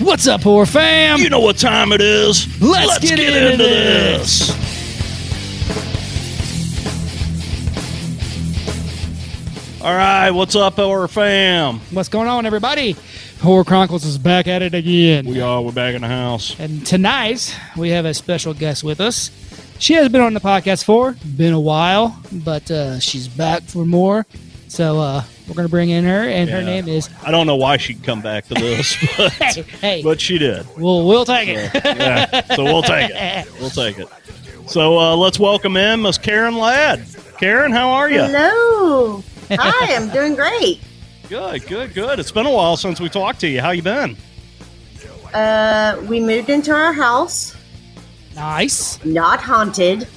What's up, whore fam? You know what time it is. Let's get into this. All right, what's up, our fam? What's going on, everybody? Horror Chronicles is back at it again. We are. We're back in the house. and tonight, we have a special guest with us. She has been on the podcast for, been a while, but uh, she's back for more. So uh, we're going to bring in her, and her Yeah. name is, I don't know why she'd come back to this, but, hey, hey, but she did. we'll, we'll take it. Yeah, so we'll take it. We'll take it. So uh, let's welcome in Miss Karen Ladd. Karen, how are you? Hello. Hi, I'm doing great. Good, good, good. It's been a while since we talked to you. How you been? Uh, we moved into our house, nice. not haunted.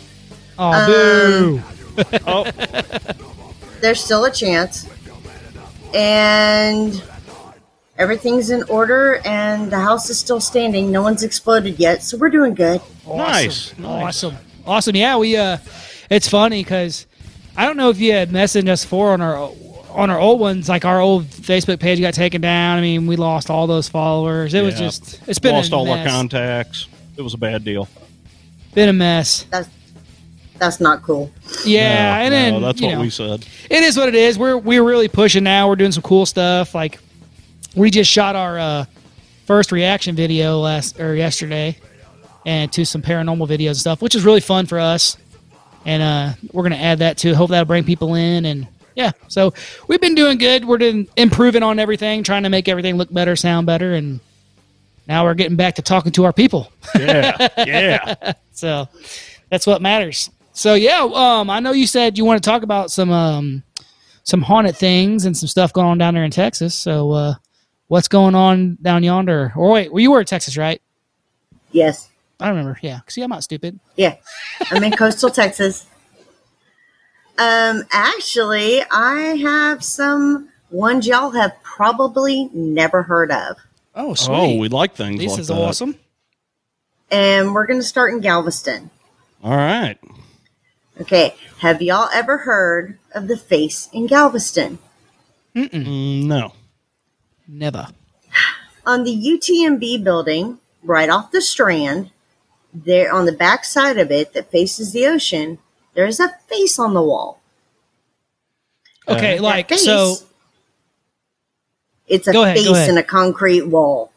Oh, Um, boo. Oh, There's still a chance. And everything's in order, and the house is still standing. No one's exploded yet, so we're doing good. Nice, Awesome. nice. Awesome. Awesome. Yeah, we uh it's funny cuz I don't know if you had messaged us for on our on our old ones like our old Facebook page got taken down. I mean, we lost all those followers. It was Yeah. just it's been lost a all our mess. contacts. It was a bad deal. Been a mess. That's that's not cool. Yeah, No, and no, then that's you what know, we said. it is what it is. We're we're really pushing now. We're doing some cool stuff. Like we just shot our uh, first reaction video last or yesterday, and to some paranormal videos and stuff, which is really fun for us. And uh, we're gonna add that to. Hope that'll bring people in. And yeah, so we've been doing good. We're doing, improving on everything, trying to make everything look better, sound better, and now we're getting back to talking to our people. Yeah, yeah. So that's what matters. So yeah, um, I know you said you want to talk about some um, some haunted things and some stuff going on down there in Texas. So uh, what's going on down yonder? Or wait, well, you were in Texas, right? Yes. I remember. Yeah. See, I'm not stupid. Yeah. I'm in coastal Texas. Um, actually, I have some ones y'all have probably never heard of. Oh, Oh, we like things this like is that. awesome. And we're going to start in Galveston. All right. Okay, have y'all ever heard of the face in Galveston? Mm, no. Never. On the UTMB building, right off the strand, there on the back side of it that faces the ocean, there is a face on the wall. Okay, Uh, That like face, so. It's a Go ahead, go face ahead. in a concrete wall.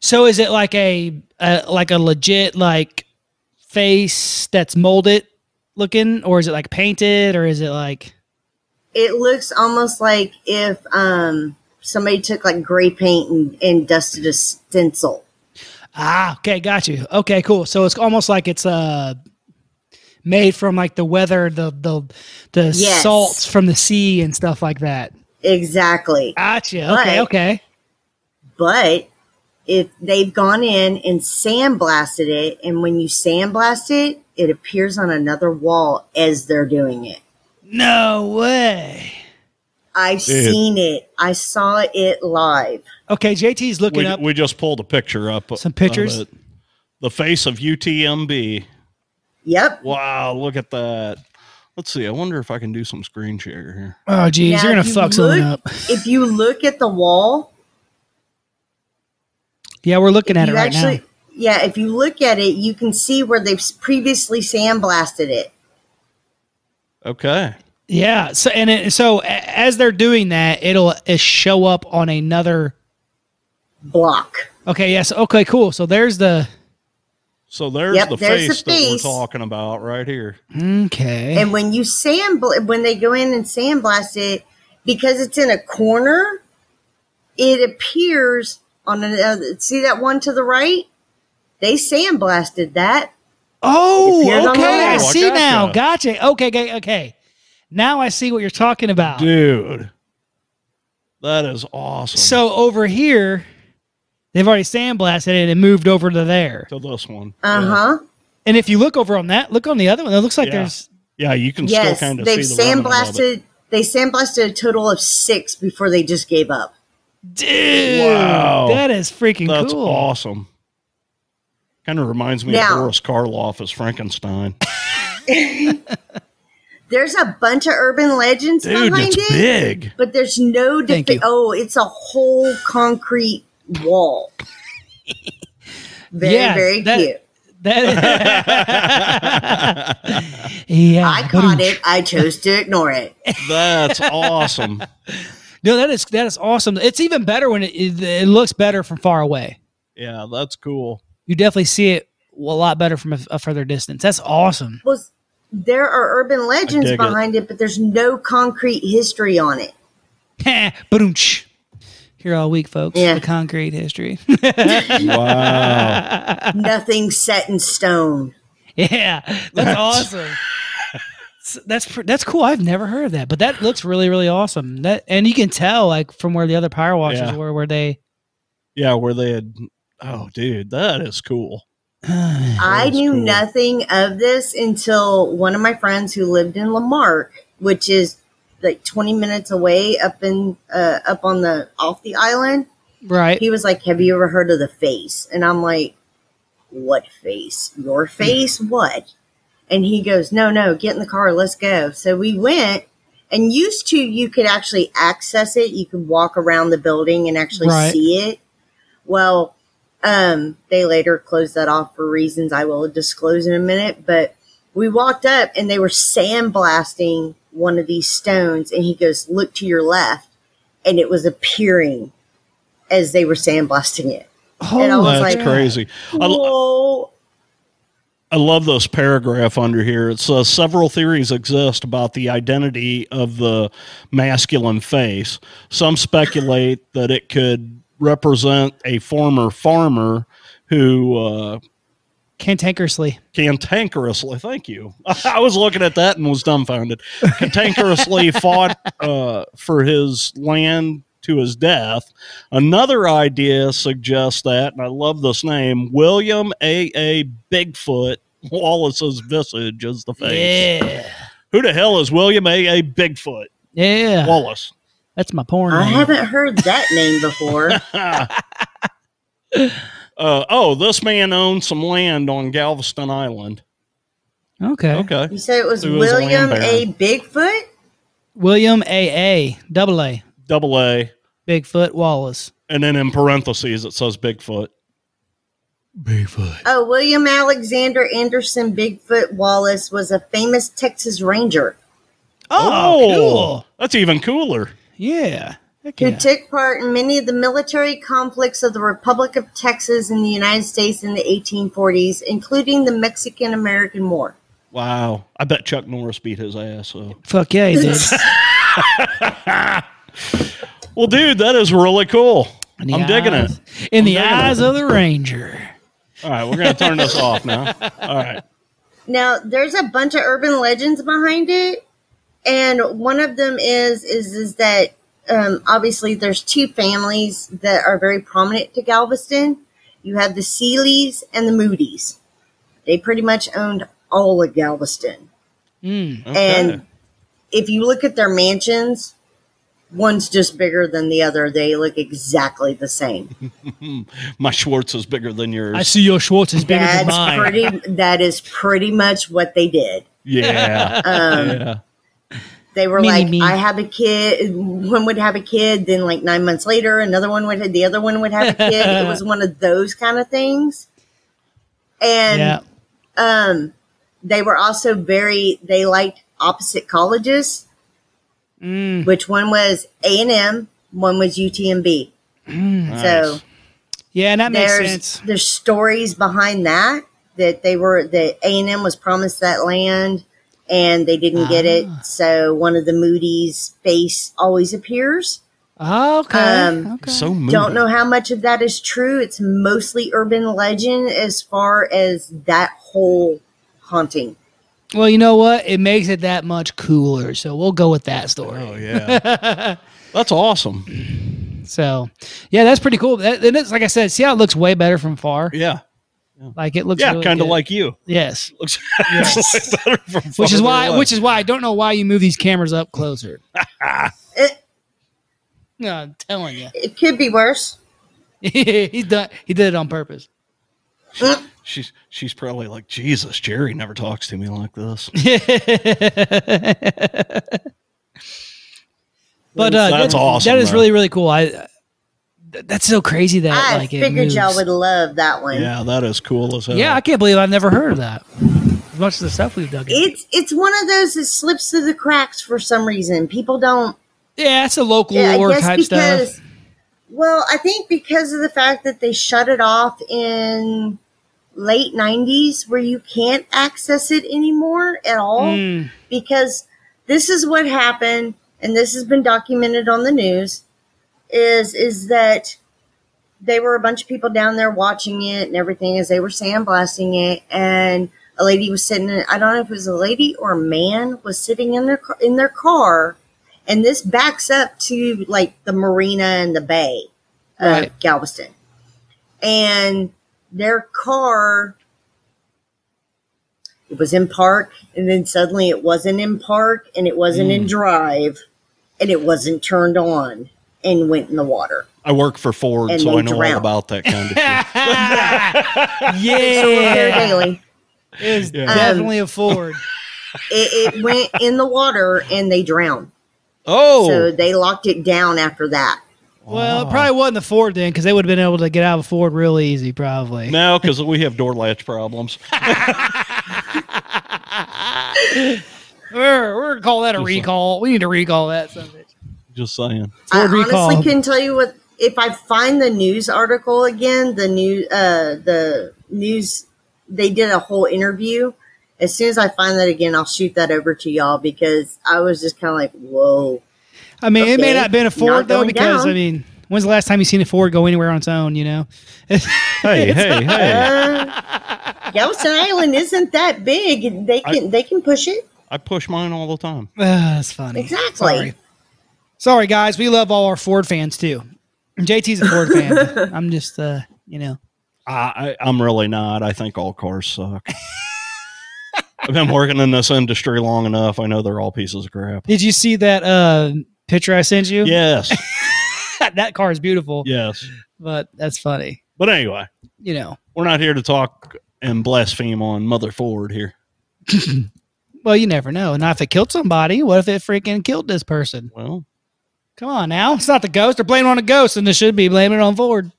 So is it like a, a like a legit like face that's molded looking, or is it like painted, or is it like It looks almost like if um, somebody took like gray paint and, and dusted a stencil. Ah, okay, got you. Okay, cool. So it's almost like it's uh made from like the weather, the the the Yes. salts from the sea and stuff like that. Exactly. Gotcha. Okay, Right. okay. but if they've gone in and sandblasted it and when you sandblast it it appears on another wall as they're doing it No way. i've Dude. seen it i saw it live Okay, JT's looking We, up. we just pulled a picture up. Some of pictures? it. The face of UTMB. yep Wow, look at that. Let's see. I wonder if I can do some screen share here. oh geez, Now, you're gonna if you fuck something look- up. if you look at the wall Yeah, we're looking at it you right actually now. yeah if you look at it you can see where they've s- previously sandblasted it Okay. Yeah. So and it, so a- as they're doing that, it'll it show up on another. block Okay. Yes. Okay. Cool. So there's the. So there's Yep, the there's the face that we're face. talking about right here. Okay. and when you sand when they go in and sandblast it because it's in a corner it appears on another see that one to the right they sandblasted that Oh, appears on the okay. I wall. see Gotcha. now. Gotcha. Okay, okay, okay. Now I see what you're talking about. Dude. That is awesome. So over here, they've already sandblasted it and moved over to there. to this one. uh-huh And if you look over on that, look on the other one. It looks like Yeah. there's Yeah, Yeah, you can yes still kind of they've see the remnant of it. sandblasted they sandblasted a total of six before they just gave up dude. Wow. That is freaking That's cool. awesome. Kind of reminds me Now- of Boris Karloff as Frankenstein. There's a bunch of urban legends Dude, behind it's it, big. but there's no. Thank Defi- you. oh, it's a whole concrete wall. very Yeah, very that- cute. That, Oh, yeah, I caught it. I chose to ignore it. That's awesome. No, that is that is awesome. It's even better when it, it, it looks better from far away. Yeah, that's cool. You definitely see it a lot better from a, a further distance. That's awesome. Was there are urban legends dig it. behind it. but there's no concrete history on it. Boonch. Here all week, folks. Yeah. The concrete history. Wow. Nothing's set in stone. yeah, that's, awesome. S- That's pr- that's cool. I've never heard of that, but that looks really really awesome. That and you can tell like from where the other power washers Yeah. were, where they. yeah, where they had. Oh, dude, that is cool. I that's knew cool. nothing of this until one of my friends who lived in Lamarck, which is like 20 minutes away up in uh, up on the off the island. right. He was like, "Have you ever heard of the face?" And I'm like, "What face? Your Hmm. face? What?" And he goes, "No, no, get in the car, let's go." So we went and used to you could actually access it. You could walk around the building and actually Right. see it. Well, um, they later closed that off for reasons I will disclose in a minute, but we walked up and they were sandblasting one of these stones and he goes, "Look to your left." And it was appearing as they were sandblasting it. I Holy was That's like- crazy. I, lo- Whoa. I love this paragraph under here. It says several theories exist about the identity of the masculine face. Some speculate that it could represent a former farmer who uh, cantankerously. cantankerously, thank you. I was looking at that and was dumbfounded. Cantankerously fought uh, for his land to his death. Another idea suggests that, and I love this name, William A. A. Bigfoot Wallace's visage is the face. Yeah. Who the hell is William A. A. Bigfoot Yeah. Wallace? That's my porn. I name. haven't heard that name before. Uh, oh, this man owned some land on Galveston Island. Okay. Okay. You said it was It was a William land A. Bigfoot? William A. A. Double A. Double A. Bigfoot Wallace. And then in parentheses, it says Bigfoot. Bigfoot. Oh, William Alexander Anderson Bigfoot Wallace was a famous Texas Ranger Oh, That's even cooler. Oh, Yeah. Heck who yeah. took part in many of the military conflicts of the Republic of Texas and the United States in the 1840s, including the Mexican American War. Wow. I bet Chuck Norris beat his ass. So. Fuck yeah, he did. Well, dude, that is really cool. In the I'm digging it. eyes- In the digging eyes it. of the ranger. All right, we're going to turn this off now. All right. Now, there's a bunch of urban legends behind it, and one of them is is is that um, obviously there's two families that are very prominent to Galveston. You have the Seelys and the Moody's. They pretty much owned all of Galveston, Mm. Okay. and if you look at their mansions, one's just bigger than the other. They look exactly the same. My Schwartz is bigger than yours. I see your Schwartz is bigger than That's mine. pretty. That is pretty much what they did. Yeah. Um, yeah. they were Me, me, like, me. I have a kid. One would have a kid, then like nine months later, another one would. The other one would have a kid. it was one of those kind of things. And yeah. um, they were also very. They liked opposite colleges, Mm. which one was A and M, one was UTMB. So Nice. Yeah, and that makes there's sense. there's stories behind that that they were that A and M was promised that land and they didn't get it. Ah. So one of the Moody's face always appears. Oh, Okay. Um, okay. So moving. Don't know how much of that is true. It's mostly urban legend as far as that whole haunting. well, you know what? It makes it that much cooler. So we'll go with that story. Oh, yeah. That's awesome. So, yeah, that's pretty cool. That, and it's like I said, see how it looks way better from far. Yeah. Like it looks. Yeah, really kind of good. like you. yes. Looks looks better from which is farther why away. which is why I don't know why you move these cameras up closer. It, No, I'm telling you, it could be worse. he's done. He did it on purpose. She's she's probably like Jesus. Jerry never talks to me like this. But uh, That's that- awesome, That is though. really really cool. I th- that's so crazy that I like it figured moves. y'all would love that one. Yeah, that is cool as hell. Yeah, I can't believe I've never heard of that. As much of the stuff we've dug. in. It's it's one of those that slips through the cracks for some reason. People don't. yeah, it's a local Yeah, lore I guess type because. stuff. Well, I think because of the fact that they shut it off in late '90s, where you can't access it anymore at all, Mm. because this is what happened, and this has been documented on the news. Is is that they were a bunch of people down there watching it and everything as they were sandblasting it and a lady was sitting in, i don't know if it was a lady or a man was sitting in their car, in their car and this backs up to like the marina and the bay of Right. galveston and their car it was in park and then suddenly it wasn't in park and it wasn't in drive and it wasn't turned on and went in the water I work for Ford, And so they I know drown. all about that kind of shit. Repair yeah, daily it's Yeah. definitely a Ford. it, it went in the water and they drowned. Oh, So they locked it down after that. Well, it Wow. probably wasn't a Ford then, because they would have been able to get out of a Ford real easy, probably. no, because we have door latch problems. We're, we're gonna call that a Just like- recall. We need to recall that something. Just saying. I Ford recall. honestly couldn't tell you what if I find the news article again, the new uh the news they did a whole interview. As soon as I find that again, I'll shoot that over to y'all because I was just kind of like, "Whoa!" I mean, it may Okay. not have been a Not Ford though, going because down. I mean, when's the last time you seen a Ford go anywhere on its own? You know, Hey, hey, hey! Uh, Galveston Island isn't that big; they can they can push it I push mine all the time. Ah, that's funny. exactly. Sorry. Sorry, guys. We love all our Ford fans too. JT's a Ford fan. I'm just, uh, you know, I, I, I'm really not. I think all cars suck. I've been working in this industry long enough. I know they're all pieces of crap. did you see that uh, picture I sent you? Yes, that car is beautiful, yes. but that's funny. But anyway, You know, we're not here to talk and blaspheme on Mother Ford here. well, you never know. Not if it killed somebody. What if it freaking killed this person? Well, Come on now. It's not the ghost. They're blaming it on a ghost, and they should be blaming it on Ford.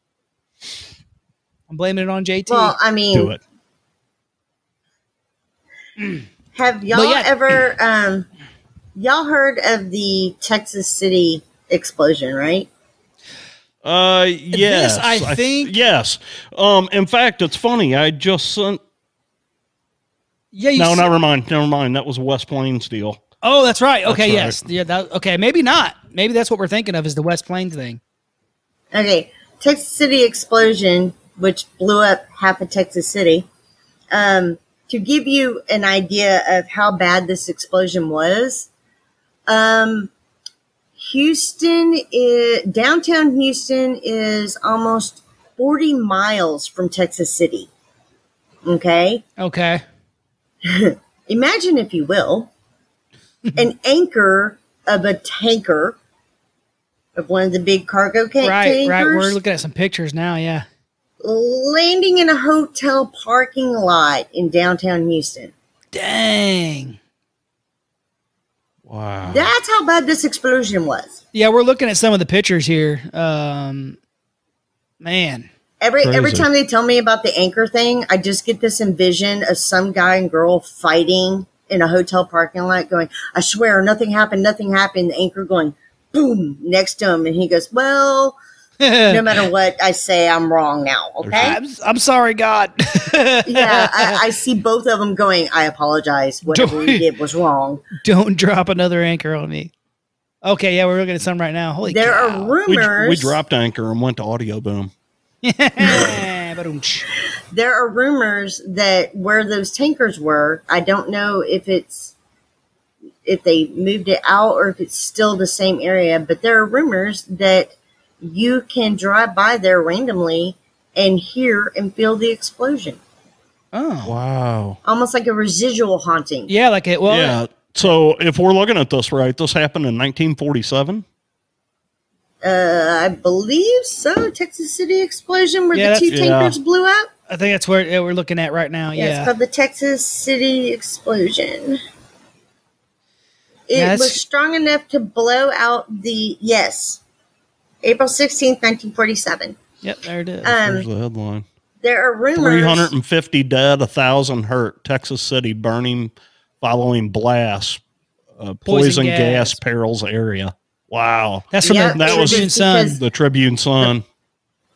I'm blaming it on JT. Well, I mean, do it. Have y'all But yeah. ever um y'all heard of the Texas City explosion, right? Uh, yes, I th- think- yes. Um, in fact, it's funny. I just sent. yeah, you No, s- never mind. Never mind. That was a West Plains deal. Oh, that's right. Okay, right. yes. Yeah, that, okay, maybe not. Maybe that's what we're thinking of is the West Plains thing. Okay. Texas City explosion, which blew up half of Texas City. Um to give you an idea of how bad this explosion was, um Houston is, downtown Houston is almost 40 miles from Texas City. Okay? Okay. imagine, if you will, an anchor of a tanker of one of the big cargo ca- Right, tankers right. We're looking at some pictures now, yeah. landing in a hotel parking lot in downtown Houston. Dang. Wow. That's how bad this explosion was. Yeah, we're looking at some of the pictures here. Um man. Every every Crazy. time they tell me about the anchor thing, I just get this envision of some guy and girl fighting in a hotel parking lot, going, "I swear, nothing happened, nothing happened." The anchor going, "Boom!" next to him, and he goes, "Well, no matter what I say, I'm wrong now. Okay. I'm, I'm sorry, God. Yeah, I, I see both of them going. I apologize. Whatever we did was wrong. Don't drop another anchor on me. Okay, yeah, we're looking at some right now. Holy There are cow. We, rumors. we dropped anchor and went to audio boom. Ba-dum-tsh. There are rumors that where those tankers were. I don't know if it's if they moved it out or if it's still the same area. But there are rumors that you can drive by there randomly and hear and feel the explosion, oh. Wow. almost like a residual haunting. Yeah, like it well yeah. So if we're looking at this right, this happened in 1947. Uh, I believe so. Texas City explosion where Yeah, the two that's- yeah. tankers blew up. I think that's where yeah, we're looking at right now. Yeah, Yeah. it's called the Texas City Explosion. It Yeah, it's- was strong enough to blow out the yes, April sixteenth, nineteen forty-seven. Yep. There it is. There's Um, the headline. there are rumors. 350 dead, 1,000 hurt. Texas City burning following blast. Uh, poison, Poison gas. gas. perils area. Wow. that's from Yep, the that was- Tribune Sun. because- The Tribune Sun.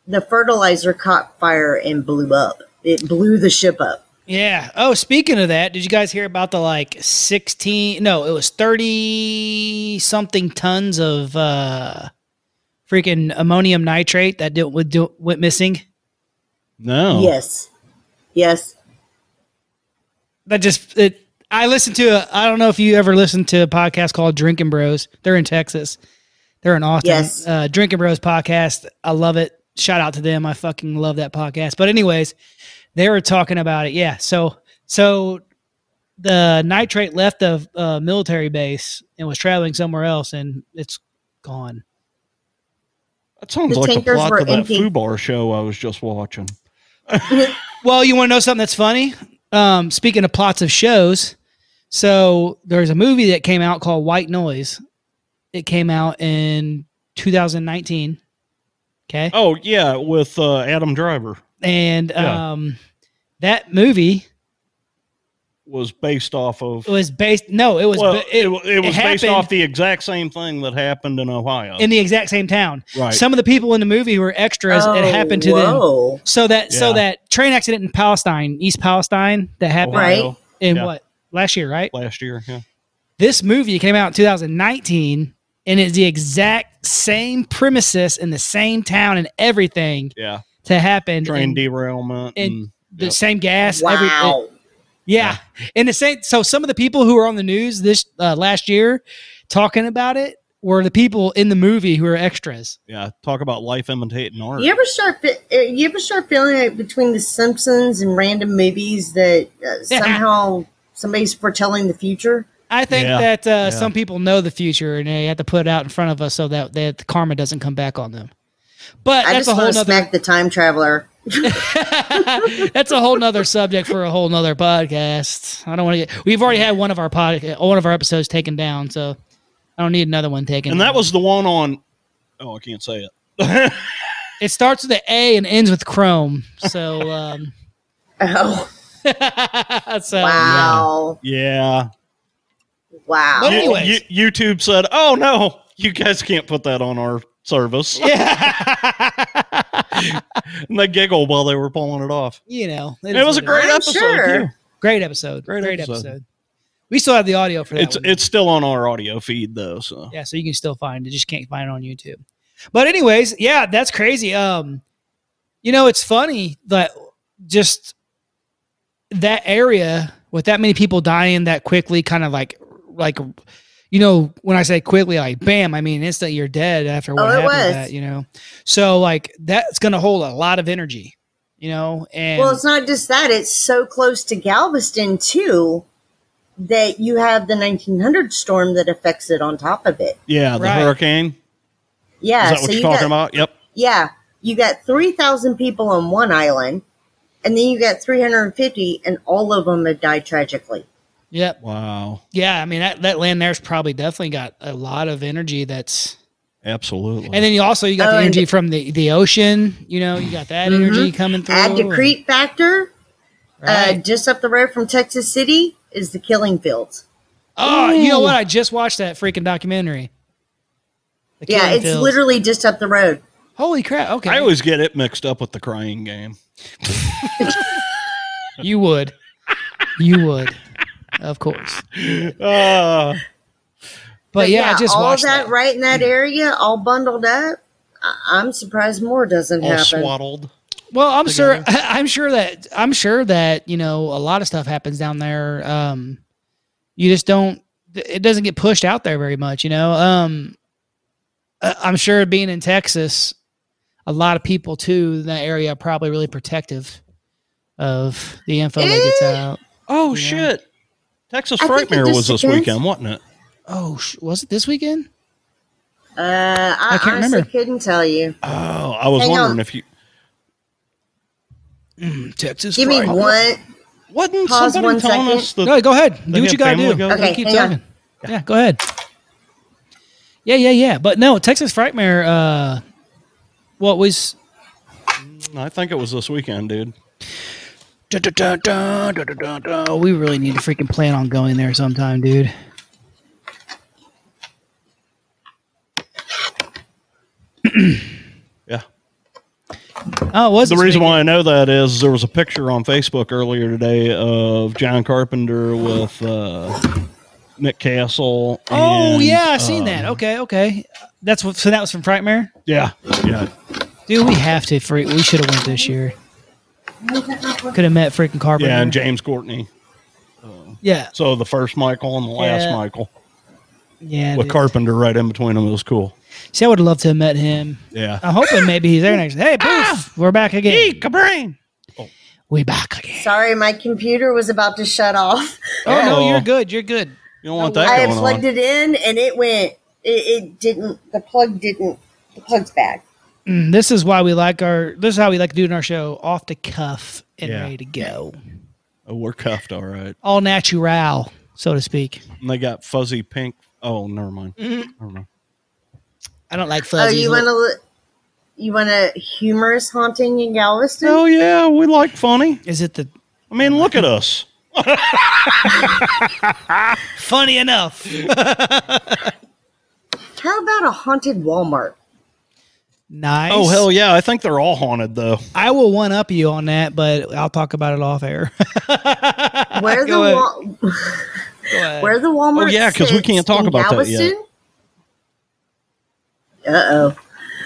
The fertilizer caught fire and blew up. It blew the ship up. Yeah. Oh, speaking of that, did you guys hear about the like 16? No, it was 30 something tons of uh, freaking ammonium nitrate that did, would do, went missing. Oh. No. Yes, yes. That just, it, I listened to, a, I don't know if you ever listened to a podcast called Drinking Bros. They're in Texas, they're in Austin. Yes. Uh, Drinking Bros podcast. I love it. Shout out to them. I fucking love that podcast. But, anyways, they were talking about it. Yeah. So, so the nitrate left the uh, military base and was traveling somewhere else, and it's gone. That sounds The like the tankers plot were to that empty. Fubar show I was just watching. Well, you want to know something that's funny? Um, speaking of plots of shows, so there's a movie that came out called White Noise. It came out in 2019. Okay. Oh, yeah, with uh, Adam Driver. And yeah. um, that movie Was based off of. was based, no, it was well, ba- it, it, it was based happened- off the exact same thing that happened in Ohio. in the exact same town. right. Some of the people in the movie were extras. it happened to them. Oh, whoa. So that so Yeah. that train accident in Palestine, East Palestine, that happened Ohio in yeah. what last year, right? Last year. Yeah. This movie came out in 2019, and it's the exact same premises in the same town and everything Yeah. to happen. Train and derailment. and- and the yep. same gas. every- Wow. yeah. And the same. So some of the people who were on the news this uh, last year talking about it were the people in the movie who were extras. Yeah, talk about life imitating art. You ever start? fe- uh, You ever start feeling like between the Simpsons and random movies that uh, somehow somebody's foretelling the future? I think Yeah. that uh, Yeah. some people know the future and they have to put it out in front of us so that, that the karma doesn't come back on them. But I that's just a whole want to nother smack the time traveler. that's a whole nother subject for a whole nother podcast. I don't want to get we've already had one of our pod one of our episodes taken down, so I don't need another one taken. And that down. was the one on. Oh, I can't say it. it starts with a A and ends with Chrome. So um Oh so wow, Yeah. wow! But You- anyways. you- YouTube said, "Oh no, you guys can't put that on our service." yeah. and they giggled while they were pulling it off. you know, It, is was a what great I'm episode. sure. yeah. great episode. Great, Great episode. episode. We still have the audio for that. It's one. it's still on our audio feed though. So yeah so you can still find it just can't find it on youtube but anyways yeah that's crazy um you know it's funny that just that area with that many people dying that quickly kind of like like you know when i say quickly like bam i mean instantly you're dead after what Oh, it happened to was. that you know so like that's gonna hold a lot of energy you know and Well, it's not just that; it's so close to Galveston too that you have the 1900 storm that affects it on top of it. yeah, the Right. hurricane. Yeah, Is that so what you you're talking got- about? Yep. Yeah, you got 3,000 people on one island, and then you got 350, and all of them have died tragically. yep Wow. yeah i mean that, that land there's probably definitely got a lot of energy that's Absolutely. And then you also you got Oh, the and- energy from the, the ocean, you know, you got that energy coming through. Add to and- Crete Factor, uh, Oh. right. just up the road from Texas City, is the killing fields. oh, you know what? I just watched that freaking documentary. The yeah, Killing it's Fields. literally just up the road. holy crap. Okay, I always get it mixed up with the crying game. you would, you would, of course. Uh, But, yeah, I just all watched that, that. Mm. right in that area, all bundled up. I- I'm surprised more doesn't all happen. swaddled. Well, I'm together. sure. I'm sure that I'm sure that you know a lot of stuff happens down there. Um, you just don't. It doesn't get pushed out there very much, you know. Um, I- I'm sure being in Texas, a lot of people too in that area are probably really protective of the info that gets Eh. out. Oh Yeah. shit! Texas I think it Frightmare just was this depends. weekend, wasn't it? Oh, sh- was it this weekend? Uh, I, can't honestly remember. couldn't tell you. Oh, I was Hang on. wondering if you Texas. Give me one. wasn't Pause somebody one telling second. us the No, go ahead. Do They what had you gotta Family do. Guy? Don't Okay, keep hang on. talking. Yeah, go ahead. Yeah, yeah, yeah. But no, Texas Frightmare. Uh, what was? I think it was this weekend, dude. Dun, dun, dun, dun, dun, dun, dun, dun. We really need to freaking plan on going there sometime, dude. Yeah. Oh, it was The this reason weekend. why I know that is there was a picture on Facebook earlier today of John Carpenter with uh, Nick Castle. Oh and, yeah, I've seen uh, that. Okay, okay. That's what. So that was from Frightmare. Yeah, yeah. Dude, we have to. Free, we should have went this year. Could have met freaking Carpenter. Yeah, and James Courtney. yeah, So the first Michael and the last Yeah. Michael yeah. with dude. Carpenter right in between them. It was cool. See, I would love to have met him. Yeah. I'm hoping maybe he's there next. Hey, poof, we're back again. We back again. Sorry, my computer was about to shut off. Oh no, Oh. you're good. You're good. You don't want that I had going plugged on. it in and it went. It, it didn't. The plug didn't. The plug's back. Mm, This is why we like our. This is how we like to do it in our show, off the cuff and Yeah. ready to go, Oh, we're cuffed, all right. all natural, so to speak. And they got fuzzy pink. Oh, never mind. Never mind. Mm-hmm. I don't like Oh, fuzzy. you want to? You want a humorous haunting in Galveston? Oh yeah, we like funny. is it the I mean, look at us. funny enough? How about a haunted Walmart? nice. Oh hell yeah! I think they're all haunted though. I will one up you on that, but I'll talk about it off air. Where the Go ahead. Wal- Go ahead. Where the Walmart? Oh, yeah, 'cause we sits can't talk in about that yet. Galveston? Uh oh.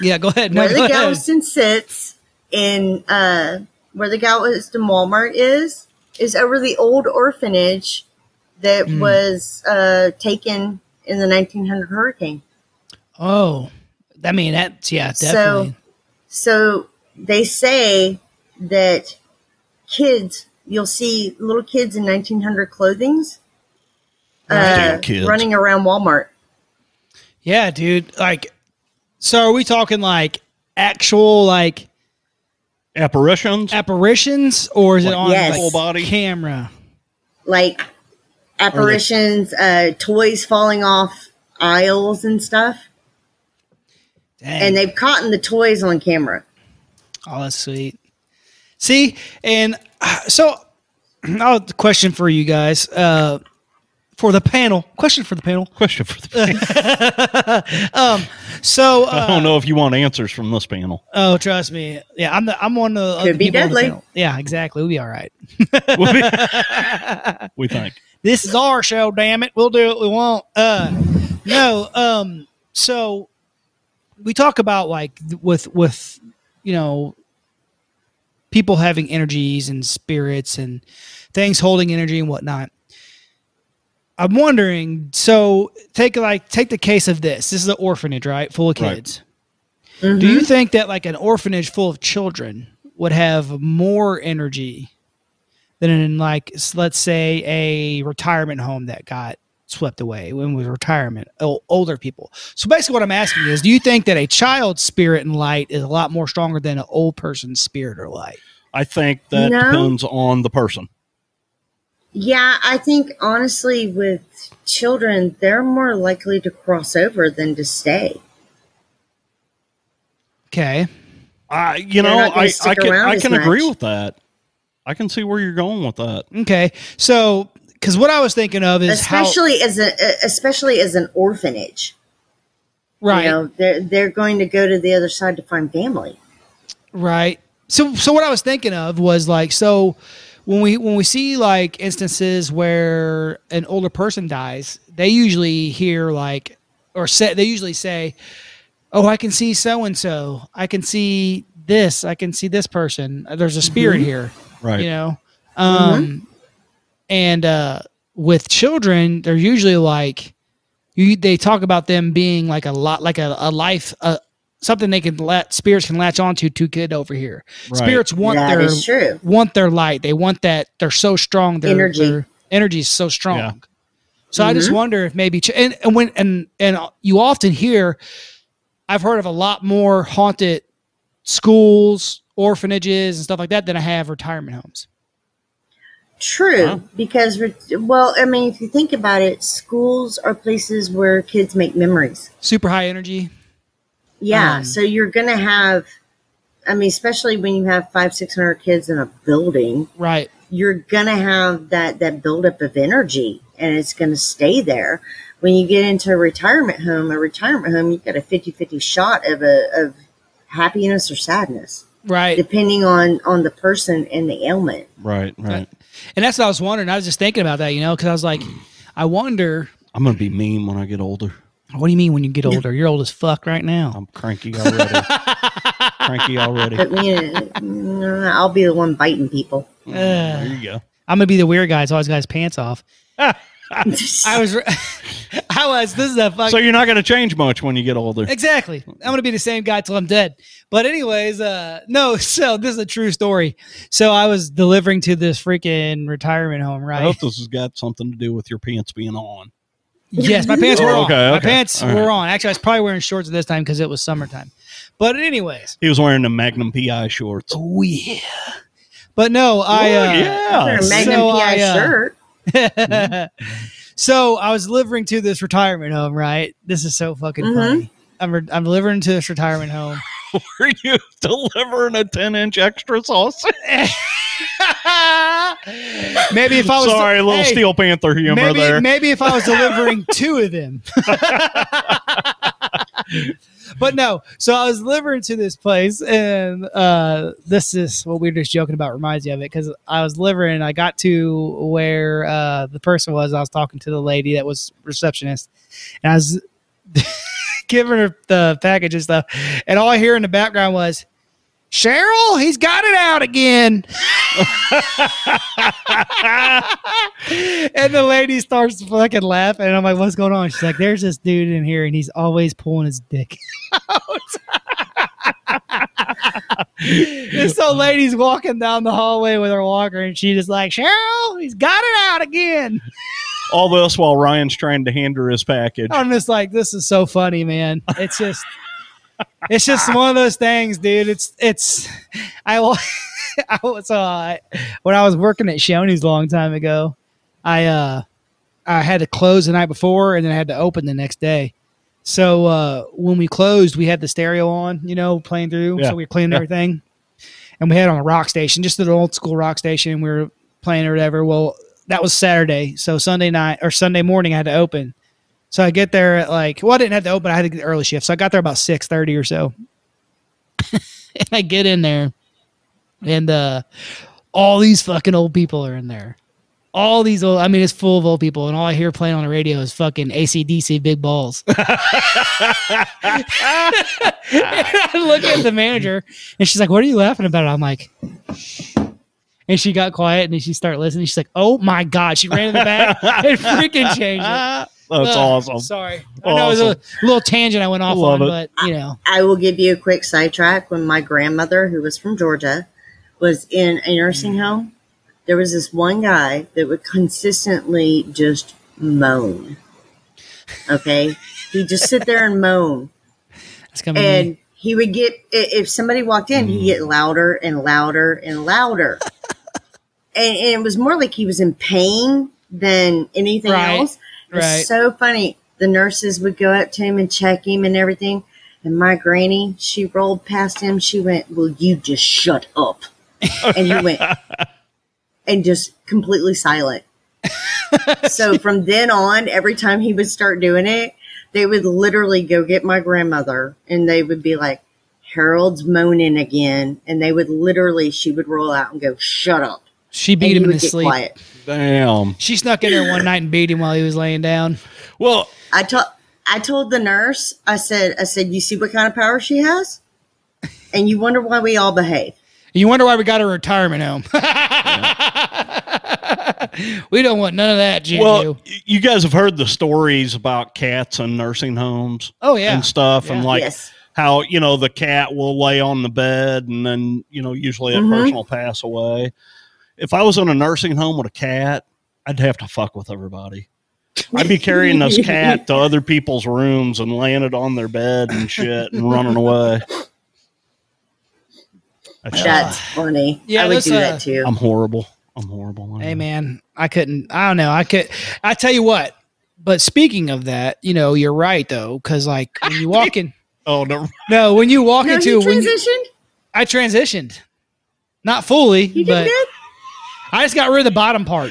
yeah, go ahead. No, where go the ahead. Galveston sits in uh where the Galveston Walmart is is over the old orphanage that Hmm. was uh taken in the 1900 hurricane. Oh, I mean that's yeah, definitely. So so they say that kids you'll see little kids in 1900 clothings uh, Damn kids. running around Walmart. Yeah, dude. Like, so are we talking like actual like Apparitions. apparitions, or is it on Yes. like, Full body? camera? like apparitions, uh, toys falling off aisles and stuff. Dang. And they've caught the toys on camera. oh, that's sweet. See, and uh, so I'll question for you guys uh, for the panel. Question for the panel. Question for the. So, I uh, don't know if you want answers from this panel. oh, trust me. Yeah, I'm the I'm one of the other be people on the deadly. panel. Yeah, exactly. We'll be all right. we think. this is our show damn it we'll do what we want uh no um so we talk about like th- with with you know people having energies and spirits and things holding energy and whatnot i'm wondering so take like take the case of this this is an orphanage right full of Right. kids do Mm-hmm. you think that like an orphanage full of children would have more energy than in like s- let's say a retirement home that got swept away when it was retirement o- older people so basically what i'm asking is do you think that a child's spirit and light is a lot more stronger than an old person's spirit or light I think that No. depends on the person. Yeah, I think honestly, with children, they're more likely to cross over than to stay. okay I, you They're know, not gonna I, I stick can, around I as can agree much. with that. I can see where you're going with that. okay so because what i was thinking of is Especially as a, especially as an orphanage, how right you know, they're they're going to go to the other side to find family. Right. So so what I was thinking of was like so when we when we see like instances where an older person dies, they usually hear like or say they usually say, "Oh, I can see so and so. I can see this. I can see this person. Uh, There's a spirit here." Right. You know. Um and uh with children, they're usually like you they talk about them being like a lot like a, a life a, something they can let spirits can latch onto to get over here. Right. Spirits want That their is true. want their light. They want that they're so strong. Their Energy. their energy Mm-hmm. is so strong. Yeah. So I just wonder if maybe ch- and, and when and and you often hear I've heard of a lot more haunted schools, orphanages, and stuff like that than I have retirement homes. True, Wow. because we're, well, I mean, if you think about it, schools are places where kids make memories. Super high energy. Yeah, Um, so you're gonna have, I mean, especially when you have five, six hundred kids in a building, Right. you're gonna have that that buildup of energy, and it's gonna stay there. When you get into a retirement home, a retirement home, you've got a 50-50 shot of a of happiness or sadness, Right. depending on on the person and the ailment. Right, right. And that's what I was wondering. I was just thinking about that, you know, because I was like, I wonder, I'm gonna be mean when I get older. what do you mean when you get older? You're old as fuck right now. I'm cranky already. cranky already. But me, uh, I'll be the one biting people. Mm, there you go. I'm gonna be the weird guy. that's always got his pants off. I was, re- I was. This is a fucking So you're not gonna change much when you get older. Exactly. I'm gonna be the same guy till I'm dead. But anyways, uh no, so this is a true story. So I was delivering to this freaking retirement home, I right? hope this has got something to do with your pants being on. Yes, my pants were Oh, on. okay, My okay. pants All were right. on. Actually, I was probably wearing shorts this time because it was summertime. But anyways, He was wearing the Magnum PI shorts. oh yeah. But no, I Oh, uh, yeah. Or a Magnum So PI I, uh, shirt. Mm-hmm. so I was delivering to this retirement home, right? This is so fucking Mhm. funny. I'm, re- I'm delivering to this retirement home. Were you delivering a 10 inch extra sausage? Maybe if I was Sorry, little hey, Steel Panther humor maybe, there. Maybe if I was delivering two of them. but no, so I was delivering to this place, and uh, this is what we were just joking about. Reminds you of it because I was delivering. I got to where uh, the person was. I was talking to the lady that was receptionist, and I was giving her the package and stuff. And all I hear in the background was. Cheryl, he's got it out again. and the lady starts fucking laughing. And I'm like, what's going on? She's like, there's this dude in here and he's always pulling his dick out. and so lady's walking down the hallway with her walker and she's just like, Cheryl, he's got it out again. All this while Ryan's trying to hand her his package. I'm just like, this is so funny, man. It's just, it's just one of those things, dude. It's, it's, I, wa- I was, uh, when I was working at Shoney's a long time ago, I, uh, I had to close the night before and then I had to open the next day. So, uh, when we closed, we had the stereo on, you know, playing through. Yeah. So we were cleaning Yeah. everything and we had on a rock station, just an old school rock station. We were playing or whatever. Well, that was Saturday. So Sunday night or Sunday morning, I had to open. So I get there at like well, I didn't have to open. I had to get the early shift, so I got there about six thirty or so. and I get in there, and uh, all these fucking old people are in there. All these old, I mean, it's full of old people, and all I hear playing on the radio is fucking ACDC Big Balls. and I look at the manager, and she's like, What are you laughing about? I'm like, and she got quiet, and then she started listening. She's like, Oh my God. She ran in the back and freaking changed it. Ah, that's Ugh, awesome. Sorry. I know it was Awesome. a little tangent I went off Love on, it. but you know. I will give you a quick sidetrack. When my grandmother, who was from Georgia, was in a Mm. nursing home, there was this one guy that would consistently just moan. Okay, he'd just sit there and moan, It's coming. and he would get i- if somebody walked in, he'd get louder and louder and louder, and, and it was more like he was in pain than anything Right. else. It was Right. so funny. The nurses would go up to him and check him and everything. And my granny, she rolled past him. She went, Will you just shut up? And he went, and just completely silent. so from then on, every time he would start doing it, they would literally go get my grandmother and they would be like, Harold's moaning again. And they would literally, she would roll out and go, Shut up. she And beat he him in would his get sleep. quiet. Damn. She snuck in there one night and beat him while he was laying down. Well, I told I told the nurse, I said, I said, you see what kind of power she has? And you wonder why we all behave. You wonder why we got a retirement home. we don't want none of that, Juju. well, y- you guys have heard the stories about cats in nursing homes. oh yeah. and stuff and Yeah. like yes. how you know the cat will lay on the bed and then you know usually a Mhm. person will pass away if i was in a nursing home with a cat i'd have to fuck with everybody I'd be carrying this cat to other people's rooms and laying it on their bed and shit and running away. That's- That's funny. Yeah, I would that's, do uh, that too. uh, I'm horrible. I'm horrible. Hey man, I couldn't. I don't know. I could. I tell you what. But speaking of that, you know, you're right though, because like when you walk in, Oh no! no, when you walk No, into, you when you- transitioned. I transitioned, not fully, You but did good. I just got rid of the bottom part.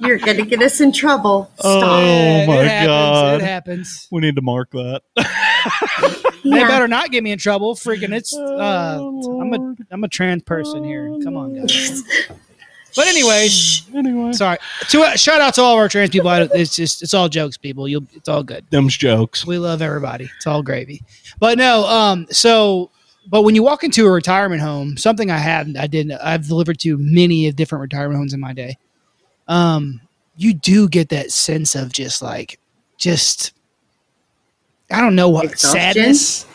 You're gonna get us in trouble. Oh, Stop. my it happens, God. it happens. We need to mark that. They Yeah. better not get me in trouble. Freaking, it's uh, Oh, I'm a Lord. Oh, I'm a trans person here. Come on, guys. But anyways, Anyway, sorry. To uh, shout out to all of our trans people. I, it's just it's all jokes, people. You'll it's all good. them's jokes. We love everybody. It's all gravy. But no, um, so but when you walk into a retirement home, something I haven't, I didn't, I've delivered to many of different retirement homes in my day. Um, you do get that sense of just like, just I don't know what Exhaustion? sadness,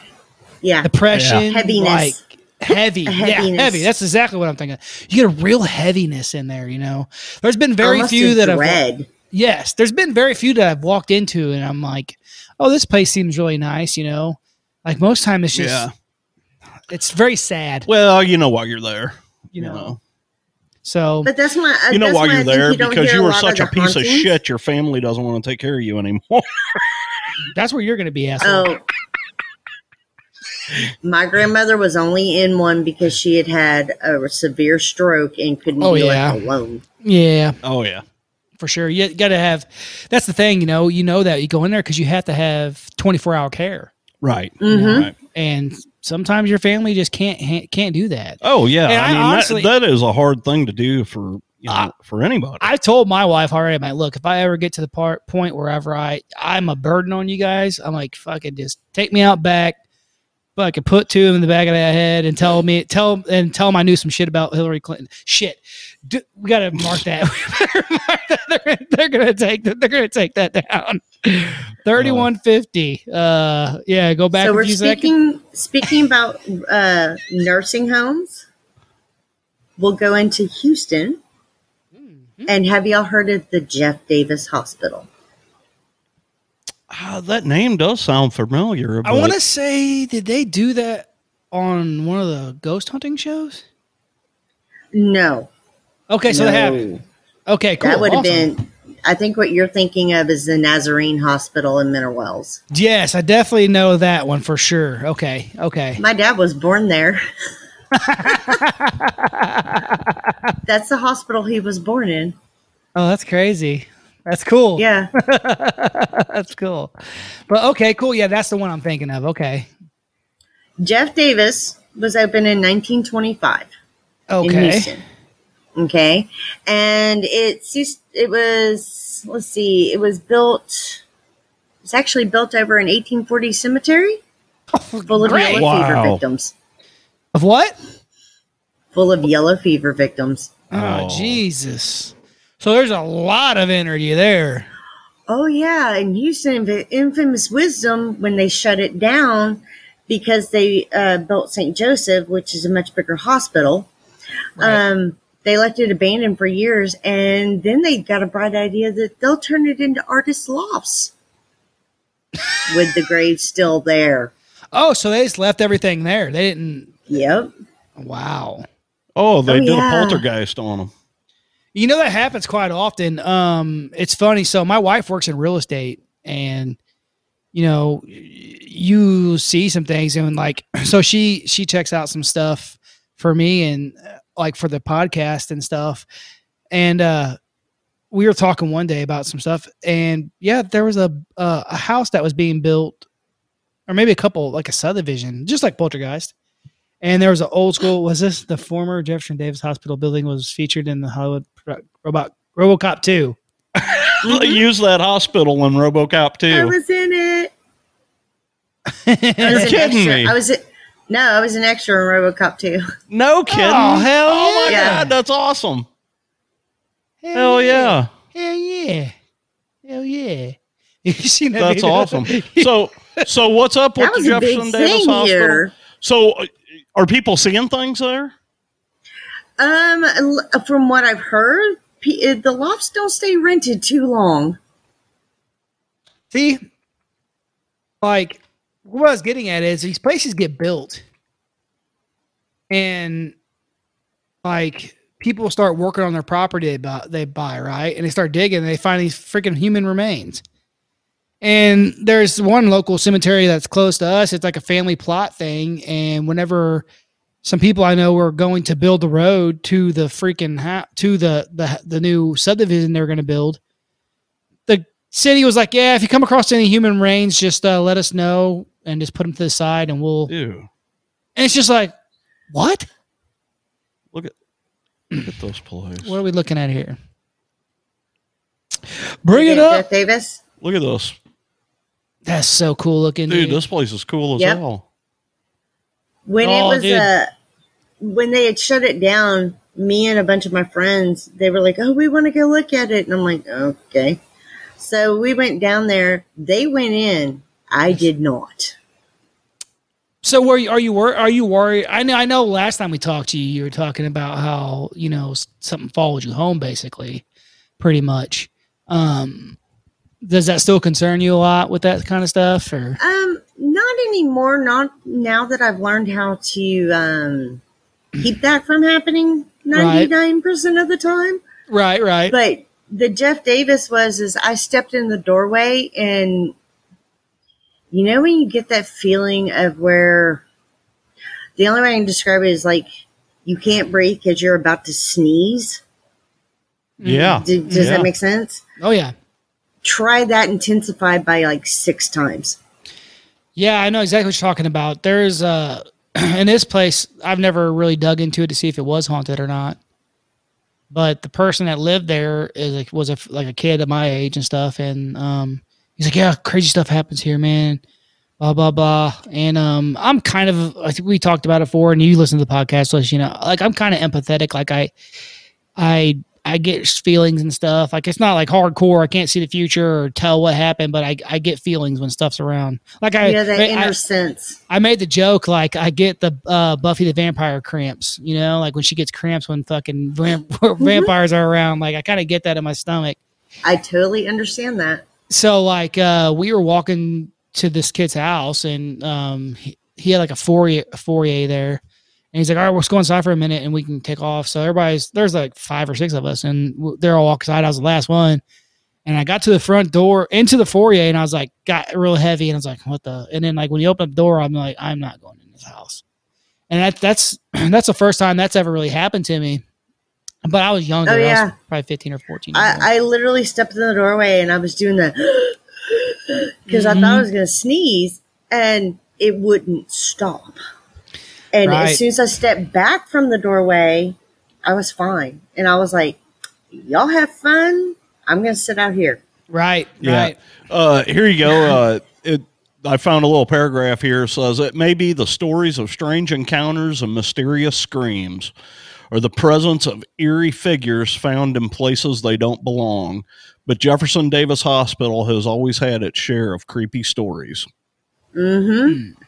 yeah. depression, Heaviness. like heavy, A yeah, heaviness. heavy. That's exactly what I'm thinking. You get a real heaviness in there. You know, there's been very Almost few a that I've dread. Yes, there's been very few that I've walked into and I'm like, oh, this place seems really nice, you know. Like most time it's just Yeah. it's very sad, Well, you know why you're there. you know. So But that's why. you know that's why why I you're think there you don't because hear you were lot such a the piece of hauntings. shit. Your family doesn't want to take care of you anymore. that's where you're going to be asshole. Oh. My grandmother was only in one because she had had a severe stroke and couldn't Oh, be yeah. left alone. Yeah, Oh yeah, for sure. You got to have That's the thing, you know, you know that you go in there cuz you have to have 24-hour care. right. Mhm. right. And sometimes your family just can't ha- can't do that. Oh yeah. And I I mean, that- honestly- that is a hard thing to do for you know, for anybody. I told my wife already, I'm like, look, if I ever get to the part point wherever I I'm a burden on you guys, I'm like, fucking just take me out back, fucking put two in the back of that head and tell me tell and tell them I knew some shit about Hillary Clinton. Shit, Do, we gotta mark that. We better mark that. They're, they're gonna take that. They're gonna take that down. Thirty one fifty. Uh, yeah, go back So a we're few seconds. speaking speaking about uh, nursing homes. We'll go into Houston, Mm-hmm. and have y'all heard of the Jeff Davis Hospital? Ah, that name does sound familiar. I but- want to say, did they do that on one of the ghost hunting shows? No, Okay, so they No. haven't. Okay, cool. that would have awesome. been. I think what you're thinking of is the Nazarene Hospital in Mineral Wells. Yes, I definitely know that one for sure. Okay, okay. My dad was born there. That's the hospital he was born in. Oh, that's crazy. That's cool. Yeah. that's cool. But okay, cool. Yeah, that's the one I'm thinking of. Okay, Jeff Davis was opened in 1925 in okay. Houston. Okay. And it's used- it was let's see, it was built it's actually built over an 1840 cemetery full of Oh, Great. yellow Wow. fever victims. Of what? Full of yellow fever victims. Oh, Oh. Jesus. So there's a lot of energy there. Oh yeah, in Houston, the infamous wisdom when they shut it down because they uh, built St. Joseph, which is a much bigger hospital. Um, they left it abandoned for years, and then they got a bright idea that they'll turn it into artist lofts with the grave still there. Oh, so they just left everything there. They didn't. Yep. Wow. Oh, they Oh, did yeah. a poltergeist on them. You know that happens quite often. Um, it's funny. So my wife works in real estate, and you know, y- you see some things, and like, so she she checks out some stuff for me, and uh, like for the podcast and stuff. And uh, we were talking one day about some stuff, and yeah, there was a uh, a house that was being built, or maybe a couple, like a subdivision, just like Poltergeist. And there was an old school. Was this the former Jefferson Davis Hospital building was featured in the Hollywood pro- Robot RoboCop Two? They Use that hospital in RoboCop I too. was in it. I was oh an kidding extra. me. I was. A, no, I was an extra in RoboCop too. No kidding. hell Oh my yeah. god, that's awesome. Hell yeah. Hell yeah! Hell yeah! You seen that? That's video? awesome. So, so what's up with that was the a big Jefferson Davis thing Hospital? here. So, uh, are people seeing things there? Um, l- from what I've heard, pe- uh, the lofts don't stay rented too long. See, like what I was getting at is these places get built, and like people start working on their property they buy, they buy right, and they start digging, and they find these freaking human remains. And there's one local cemetery that's close to us. It's like a family plot thing, and whenever some people I know were going to build the road to the freaking ha- to the the the new subdivision they're going to build. The city was like, "Yeah, if you come across any human remains, just uh, let us know and just put them to the side, and we'll." Ew. And it's just like, what? Look at those plays. What are we looking at here? Bring it Yeah, up. Jeff Davis. Look at this. That's so cool looking, Dude, dude. this place is cool as Yep. hell. When Oh, it was dude. uh, when they had shut it down, me and a bunch of my friends, they were like, "Oh, we want to go look at it," and I'm like, "Okay." So we went down there. They went in. I did not. So, were you, are you wor- are you worried? I know. I know. Last time we talked to you, you were talking about how you know s- something followed you home, basically, pretty much. Um, does that still concern you a lot with that kind of stuff? Or Um, not anymore. Not now that I've learned how to um, keep that from happening Right. ninety nine percent of the time. right, right. But the Jeff Davis was is I stepped in the doorway and you know when you get that feeling of where the only way I can describe it is like you can't breathe because you're about to sneeze. Yeah. Do- does Yeah. that make sense? oh yeah, Try that intensified by like six times. yeah. I know exactly what you're talking about. There's uh, in this place, I've never really dug into it to see if it was haunted or not. But the person that lived there is like was a, f- like a kid of my age and stuff, and um, he's like, yeah, crazy stuff happens here, man. Blah blah blah. And um, I'm kind of I think we talked about it before, and you listen to the podcast, so you know, like I'm kind of empathetic. Like I, I. I get feelings and stuff. Like it's not like hardcore. I can't see the future or tell what happened, but I, I get feelings when stuff's around. Like I You know that I- inner I- sense. I made the joke like I get the uh, Buffy the Vampire cramps, you know, like when she gets cramps when fucking vamp- vampires are around. Like I kind of get that in my stomach. I totally understand that. So like uh, we were walking to this kid's house and um, he, he had like a foyer, a foyer there, and he's like, "All right, let's go inside for a minute and we can take off." So everybody's there's like five or six of us, and w- they're all outside. I was the last one, and I got to the front door into the foyer, and I was like, got real heavy, and I was like, "What the?" And then like when you open up the door, I'm like, "I'm not going in this house," and that that's that's the first time that's ever really happened to me. But I was younger. Oh, I yeah. was probably 15 or 14. years old. I, I literally stepped in the doorway and I was doing that because I Mm-hmm. thought I was going to sneeze and it wouldn't stop. And Right. as soon as I stepped back from the doorway, I was fine. And I was like, y'all have fun. I'm going to sit out here. right, Yeah. right. Uh, here you go. Uh, it, I found a little paragraph here says it may be the stories of strange encounters and mysterious screams, or the presence of eerie figures found in places they don't belong. But Jefferson Davis Hospital has always had its share of creepy stories. Mm-hmm.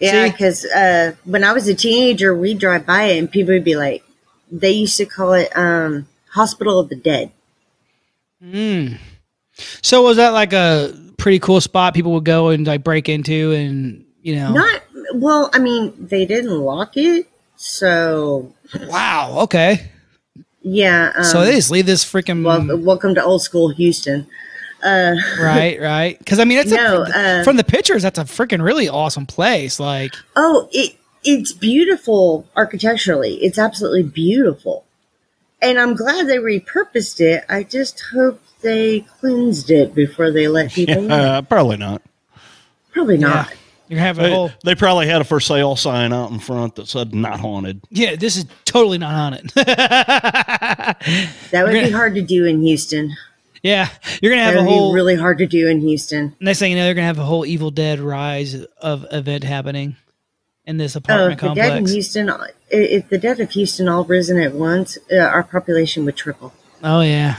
Yeah, Hmm. See? because uh, when I was a teenager, we'd drive by it and people would be like, they used to call it um, Hospital of the Dead. Mm. So was that like a pretty cool spot people would go and like break into and you know? Not, well, I mean, they didn't lock it. So wow. Okay. Yeah. Um, so they just leave this freaking Well, welcome to old school Houston. Uh, right, right? Because I mean, it's No, a, uh, from the pictures. That's a freaking really awesome place. Like, oh, it it's beautiful architecturally. It's absolutely beautiful, and I'm glad they repurposed it. I just hope they cleansed it before they let people in. Uh, probably not. Probably yeah, not. you're having a They, whole. they probably had a for sale sign out in front that said not haunted. Yeah, this is totally not on it. That would You're be gonna- hard to do in Houston. yeah, you're gonna have That a would whole. be really hard to do in Houston. next thing you know, you're gonna have a whole Evil Dead Rise of event happening in this Oh, apartment if the dead in complex. Houston, i- if the dead of Houston all risen at once, uh, our population would triple. Oh yeah,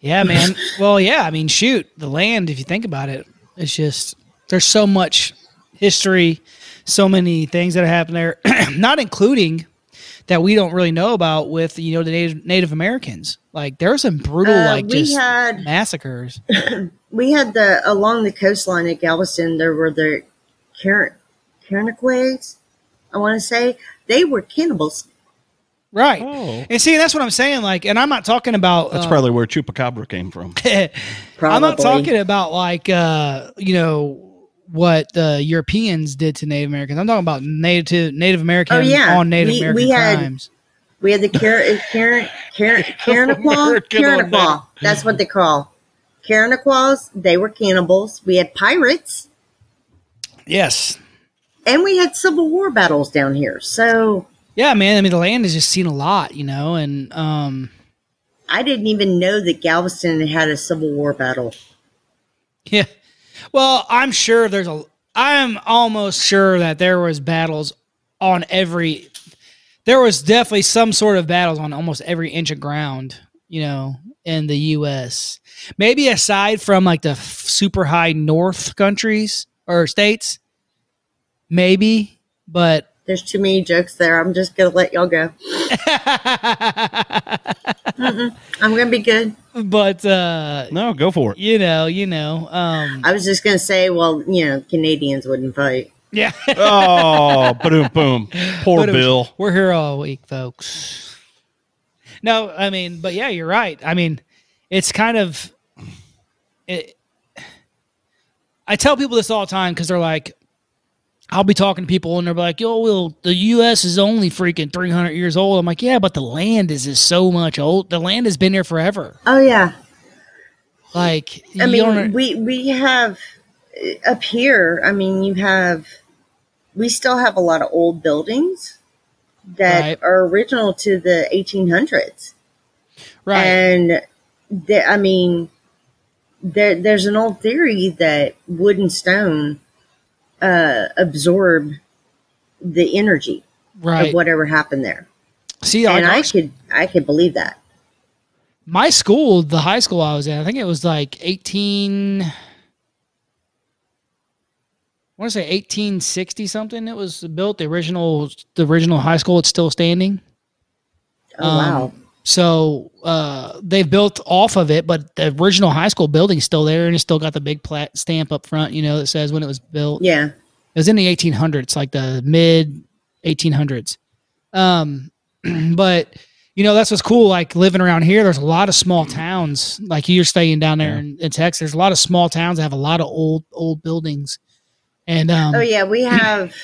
yeah, man. well, yeah. I mean, shoot, the land. If you think about it, it's just there's so much history, so many things that have happened there, not including that we don't really know about with you know the Native, Native Americans. Like there are some brutal Uh, like we just had- massacres. We had the along the coastline at Galveston. There were the Karen, Carinaquays, I want to say they were cannibals. Right. Oh. And see, that's what I'm saying. Like, and I'm not talking about That's uh, probably where Chupacabra came from. Probably. I'm not talking about like uh, you know what the Europeans did to Native Americans. I'm talking about Native Native American Oh, yeah. on Native We- American we had- crimes. We had the Karen, Karen, Karen, Carinaquaw. American on Carinaquaw. That's what they call Carinaquaws. They were cannibals. We had pirates, Yes. and we had Civil War battles down here. So Yeah, man. I mean, the land has just seen a lot, you know, and um, I didn't even know that Galveston had a Civil War battle. yeah. Well, I'm sure there's a. I'm almost sure that there was battles on every. There was definitely some sort of battles on almost every inch of ground, you know, in the U.S. Maybe aside from like the f- super high north countries or states, maybe. But There's too many jokes there. I'm just gonna let y'all go. I'm gonna be good. but uh, No, go for it. you know, you know, um, I was just gonna say, well, you know, Canadians wouldn't fight. yeah. Oh, boom, boom. Poor But it was- Bill. We're here all week, folks. No, I mean, but yeah, you're right. I mean, it's kind of it, I tell people this all the time because they're like, I'll be talking to people and they're like, yo, well, the U.S. is only freaking 300 years old. I'm like, yeah, but the land is just so much old. The land has been here forever. Oh yeah. Like, I you mean, don't- we we have uh, up here. I mean, you have we still have a lot of old buildings that Right. are original to the 1800s, right. and the, I mean, there, there's an old theory that wood and stone uh, absorb the energy right. of whatever happened there, See, like, and our I could I could believe that. my school, the high school I was in, I think it was like 18. I want to say 1860 something. It was built the original, the original high school. It's still standing. Oh Um, wow! So uh, they've built off of it, but the original high school building's still there, and it's still got the big plat- stamp up front. You know that says when it was built. Yeah, It was in the 1800s, like the mid 1800s. Um, but you know that's what's cool. Like living around here, there's a lot of small towns. Like you're staying down there in, in Texas, there's a lot of small towns that have a lot of old old buildings. And um, Oh yeah, we have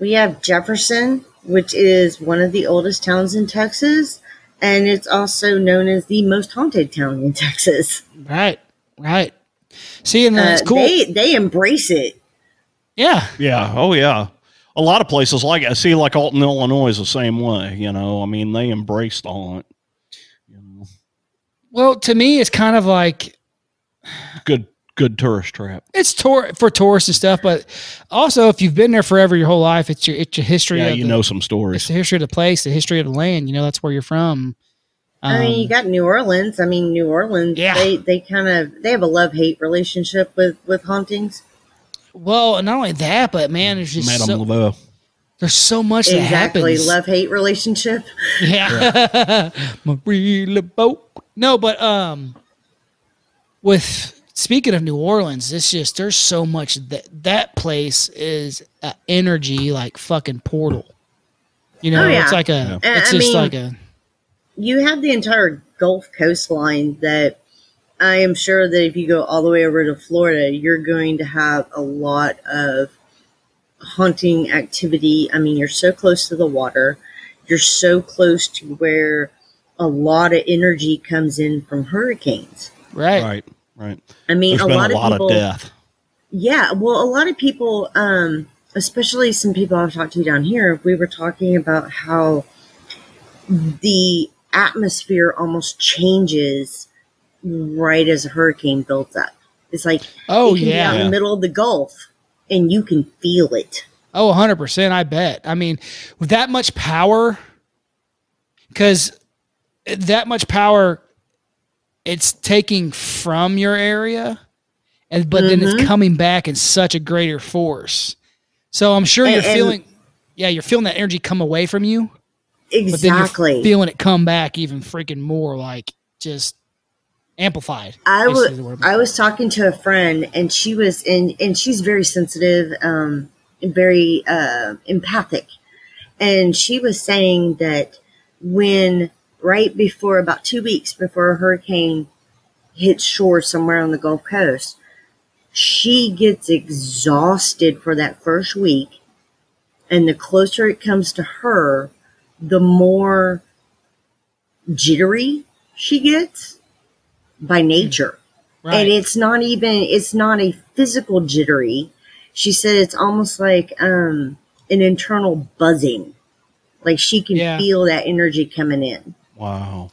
we have Jefferson, which is one of the oldest towns in Texas, and it's also known as the most haunted town in Texas. right, right. See, and that's Uh, cool. They they embrace it. yeah, Yeah. Oh, yeah. A lot of places like I see, like Alton, Illinois, is the same way. You know, I mean, they embraced the haunt. Well, to me, it's kind of like Good, good tourist trap. it's tour for tourists and stuff, but also if you've been there forever your whole life, it's your it's your history. Yeah, of you the, know some it's stories. the history of the place, the history of the land. You know, that's where you're from. I mean, you got New Orleans. I mean, New Orleans. Um, Yeah. They they kind of they have a love hate relationship with with hauntings. well, and not only that, but man, there's just Madame so, Laveau. there's so much Exactly, that happens. love hate relationship. yeah, Marie LeBeau. No, but um, with speaking of New Orleans, it's just there's so much that that place is a energy like fucking portal. You know, Oh, yeah. it's like a, Yeah. it's I just mean- like a You have the entire Gulf coastline that. I am sure that if you go all the way over to Florida, you're going to have a lot of hunting activity. I mean, you're so close to the water. You're so close to where a lot of energy comes in from hurricanes. right. Right. Right. I mean, There's a been lot, a lot of people. of death. Yeah, well, a lot of people, um, especially some people I've talked to down here, we were talking about how the atmosphere almost changes right as a hurricane builds up. It's like Oh, it can be out in yeah. the middle of the Gulf, and you can feel it. Oh, 100%. I bet. I mean, with that much power, because that much power, it's taking from your area, and but then Mm-hmm. it's coming back in such a greater force. So I'm sure you're And- and- feeling, yeah, you're feeling that energy come away from you. but then Exactly. you're feeling it come back even freaking more, like just amplified. I basically was the word. I was talking to a friend, and she was and and she's very sensitive, um, and very uh, empathic, and she was saying that when right before about two weeks before a hurricane hits shore somewhere on the Gulf Coast, she gets exhausted for that first week, and the closer it comes to her, the more jittery she gets by nature right. and it's not even it's not a physical jittery she said it's almost like um an internal buzzing like she can Yeah. feel that energy coming in Wow.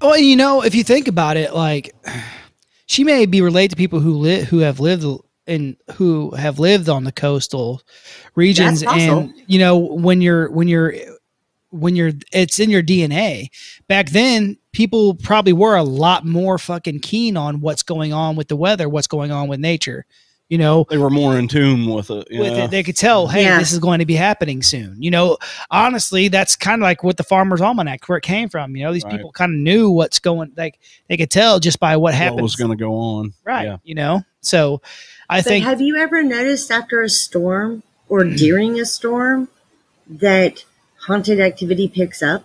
Well, you know, if you think about it, like she may be related to people who live who have lived and who have lived on the coastal regions, possible. and you know, when you're when you're when you're it's in your DNA. Back then, people probably were a lot more fucking keen on what's going on with the weather, what's going on with nature. You know, They were more in tune with it. Yeah. with it, they could tell, hey, Yeah. this is going to be happening soon. You know, honestly, that's kind of like what the Farmer's Almanac, where it came from. You know, these Right. people kind of knew what's going, like they could tell just by what happens, what was going to go on. right? Yeah. You know, so I but think Mm. have you ever noticed after a storm or during a storm that haunted activity picks up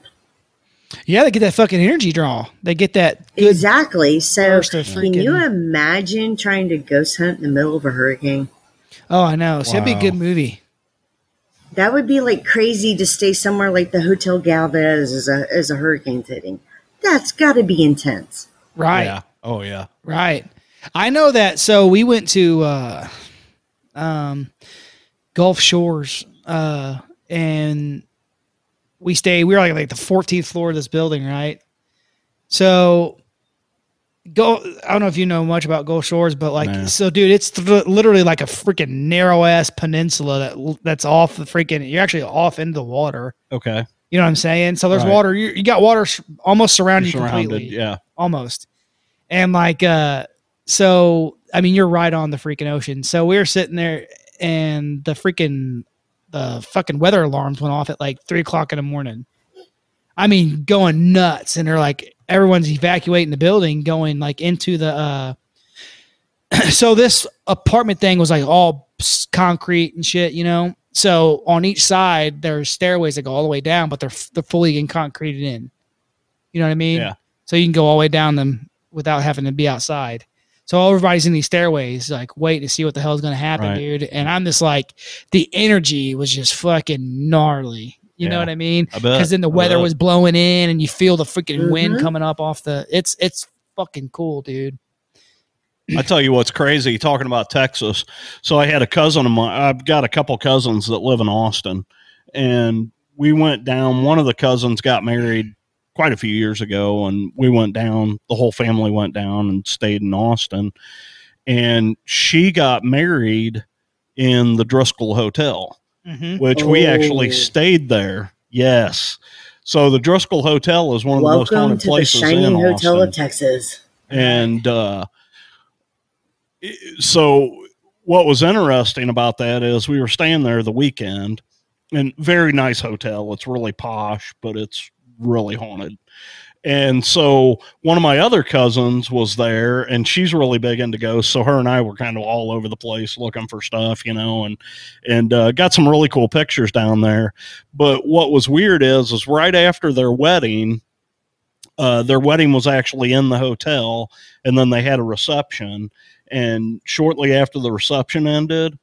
yeah, they get that fucking energy draw. They get that good. exactly so burst of can you freaking- imagine trying to ghost hunt in the middle of a hurricane Oh, I know. So it'd be a Wow. good movie. that would be like crazy to stay somewhere like the hotel galvez as a, as a hurricane's hitting that's got to be intense Right. Yeah. Oh, yeah. Right. I know that. So we went to uh, um, Gulf Shores uh, and we stayed, we were like, like the 14th floor of this building, right? So go, I don't know if you know much about Gulf Shores, but like, No. so dude, it's th- literally like a freaking narrow ass peninsula that that's off the freaking, you're actually off into the water. Okay. You know what I'm saying? So there's Right. water, you, you got water s- almost surrounding You're you surrounded. completely Yeah. almost. And like, uh, so I mean, you're right on the freaking ocean. So we were sitting there, and the freaking the fucking weather alarms went off at like three o'clock in the morning. I mean, going nuts, and they're like, everyone's evacuating the building, going like into the. uh So this apartment thing was like all s- concrete and shit, you know. So on each side, there's stairways that go all the way down, but they're f- they're fully in concreted in. You know what I mean? Yeah. So you can go all the way down them without having to be outside. So everybody's in these stairways, like waiting to see what the hell's going to happen, Right. dude. And I'm just like, the energy was just fucking gnarly. You know Yeah. Uh, what I mean? I bet. Because then the I weather bet. was blowing in, and you feel the freaking wind Mhm. coming up off the. It's it's fucking cool, dude. I tell you what's crazy talking about Texas. So I had a cousin of mine. I've got a couple cousins that live in Austin, and we went down. One of the cousins got married quite a few years ago, and we went down. The whole family went down and stayed in Austin, and she got married in the Driscoll Hotel Mm-hmm. which we actually Oh. stayed there. Yes. So the Driscoll Hotel is one of the most Welcome haunted to the places in shining hotel Austin. of Texas. and uh, i- so what was interesting about that is we were staying there the weekend, and very nice hotel. It's really posh, but it's really haunted. And so one of my other cousins was there, and she's really big into ghosts. So her and I were kind of all over the place looking for stuff, you know, and and uh, got some really cool pictures down there. But what was weird is is right after their wedding, uh, their wedding was actually in the hotel, and then they had a reception. And shortly after the reception ended,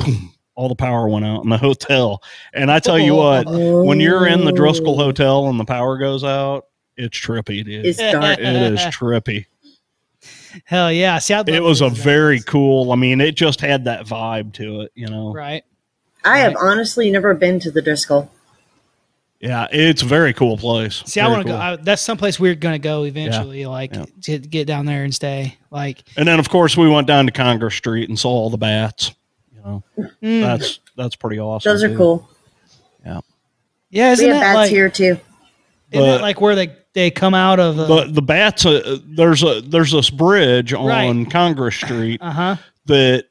boom, all the power went out in the hotel. And I tell you what, when you're in the Driscoll Oh. Hotel and the power goes out, it's trippy, dude. It's dark. it is trippy. Hell yeah! See, I'd love It to was do a that. very cool. I mean, it just had that vibe to it, you know. right. I have honestly never been to the Driscoll. Yeah, it's a very cool place. See, I Very want to cool. go. I, that's someplace we're gonna go eventually. Like Yeah. to get down there and stay. Like And then, of course, we went down to Congress Street and saw all the bats. You know, mm, that's that's pretty awesome. Those are too. cool. yeah, isn't we that have bats like here too. isn't that but- like where they they come out of? Uh But the bats, uh, there's a there's this bridge on Right. uh-huh. Congress Street huh. that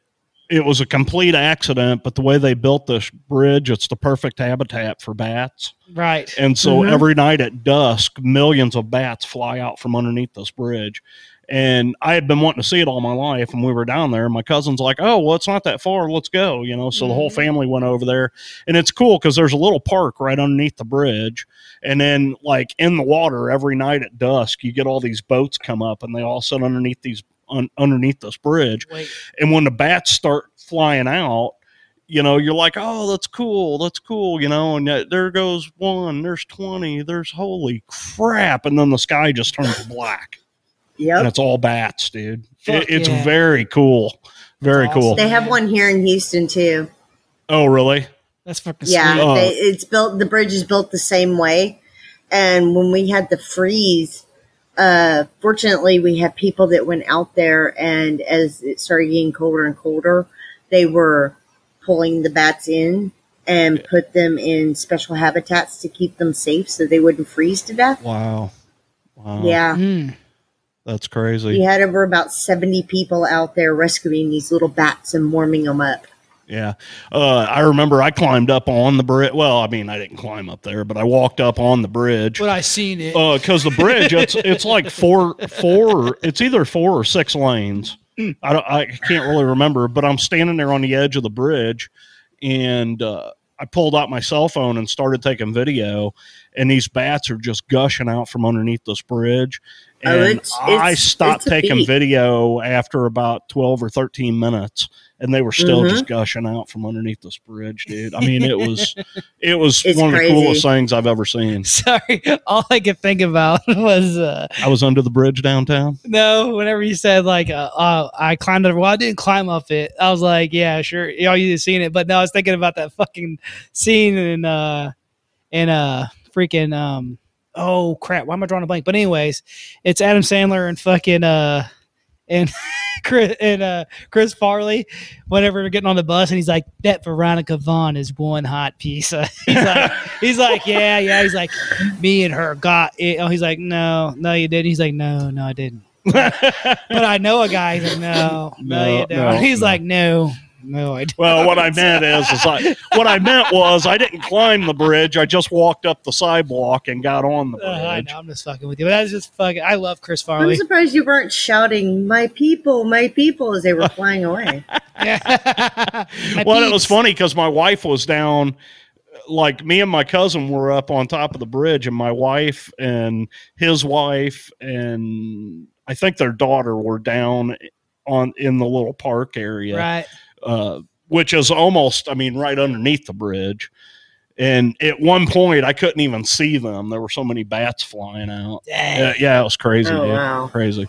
it was a complete accident, but the way they built this bridge, it's the perfect habitat for bats. Right. And so Mhm. every night at dusk, millions of bats fly out from underneath this bridge. And I had been wanting to see it all my life, and we were down there. And my cousin's like, "Oh, well, it's not that far. Let's go," you know. So the whole Mhm. family went over there, and it's cool because there's a little park right underneath the bridge. And then, like in the water, every night at dusk, you get all these boats come up, and they all sit underneath these un, underneath this bridge. Wait. And when the bats start flying out, you know, you're like, oh, that's cool, that's cool, you know, and yet there goes one, there's 20, there's holy crap. And then the sky just turns black and Yep. it's all bats, dude. Fuck It- it's yeah. very cool. Very That's cool. awesome. They have one here in Houston too. Oh, really? That's fucking sweet. Yeah, Oh. they, it's built. The bridge is built the same way. And when we had the freeze, uh, fortunately, we had people that went out there, and as it started getting colder and colder, they were pulling the bats in and put them in special habitats to keep them safe, so they wouldn't freeze to death. Wow. Wow. Yeah. Mm. That's crazy. We had over about 70 people out there rescuing these little bats and warming them up. Yeah. Uh, I remember I climbed up on the bridge. Well, I mean, I didn't climb up there, but I walked up on the bridge. But I seen it. because Uh, the bridge it's it's like four four it's either four or six lanes i don't i can't really remember but i'm standing there on the edge of the bridge and uh, i pulled out my cell phone and started taking video and these bats are just gushing out from underneath this bridge Oh, and it's- it's- i stopped it's a taking feat. video after about 12 or 13 minutes and they were still just Mm-hmm. gushing out from underneath this bridge dude i mean it was it was It's one of crazy. the coolest things i've ever seen Sorry. All I could think about was uh, i was under the bridge downtown no. Whenever you said like, uh, uh, I climbed up. Well, I didn't climb up it. I was like, yeah, sure. Y'all you seen it, but no, I was thinking about that fucking scene in uh, in uh, freaking um. Oh crap! Why am I drawing a blank? But anyways, it's Adam Sandler and fucking uh, and Chris and uh Chris Farley. Whenever they're getting on the bus, and he's like, "That Veronica Vaughn is one hot piece." he's like, He's like, yeah, yeah. He's like, me and her got it. Oh, he's like, no, no, you didn't. He's like, no, no, I didn't. But I know a guy. He's like, no, no, No, you don't. no, he's no. like, no, no, I didn't. Well, what I meant is, is I, what I meant was I didn't climb the bridge. I just walked up the sidewalk and got on the Uh, I know, bridge. I'm just fucking with you. But I was just fucking. I love Chris I'm Farley. surprised you weren't shouting, my people, my people, as they were flying away. Yeah. My well, it was peeps. funny because my wife was down. Like me and my cousin were up on top of the bridge, and my wife and his wife and I think their daughter were down on in the little park area. Right. uh, which is almost, I mean, right underneath the bridge. And at one point, I couldn't even see them. There were so many bats flying out. Dang. Yeah, yeah it was crazy. Oh, dude. wow. Crazy.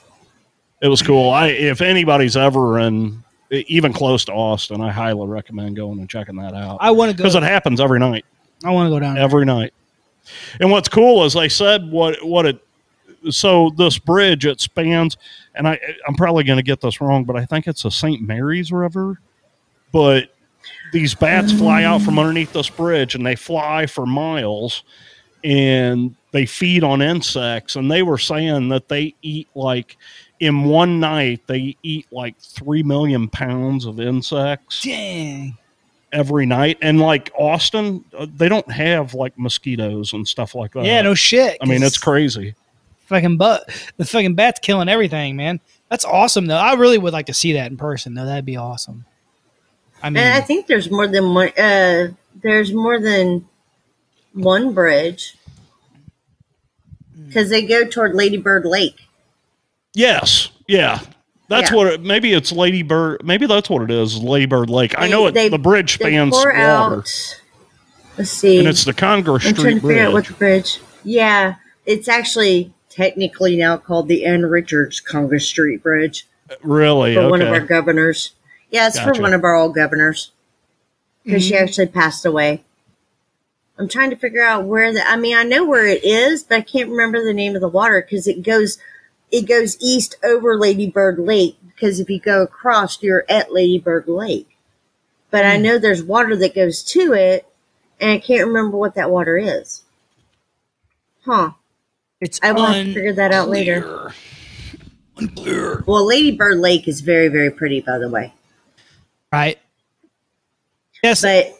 It was cool. I if anybody's ever in even close to Austin, I highly recommend going and checking that out I want to because go. it happens every night I want to go down. there. every night. And what's cool is they said what what it so this bridge it spans, and I I'm probably going to get this wrong, but I think it's the St. Mary's River, but these bats fly out from underneath this bridge and they fly for miles and they feed on insects and they were saying that they eat like in one night they eat like 3 million pounds of insects Dang. every night. And like Austin, uh, they don't have like mosquitoes and stuff like that. yeah. No shit. uh, I mean, 'cause it's crazy. Fucking but the fucking bats killing everything, man. That's awesome though. I really would like to see that in person though. That'd be awesome. I mean, And Hmm. I think there's more than one. Uh, there's more than one bridge Hmm. because they go toward Lady Bird Lake. Yes. Yeah. That's Yeah. what it, maybe it's Lady Bird. Maybe that's what it is. Lady Bird Lake. I They- know it, they- the bridge They spans pour water out. Let's see. and it's the Congress I'm trying Street to figure out what Bridge. the bridge. Yeah, it's actually technically now called the Ann Richards Congress Street Bridge Really? for one of our Okay. governors. Yeah, it's Gotcha. for one of our old governors because she actually passed away. I'm trying to figure out where the. I mean, I know where it is, but I can't remember the name of the water because it goes, it goes east over Lady Bird Lake. Because if you go across, you're at Lady Bird Lake. But I know there's water that goes to it, and I can't remember what that water is. Huh? it's I will have to figure that out later. unclear. Well, Lady Bird Lake is very, very pretty, by the way. right? Yes. But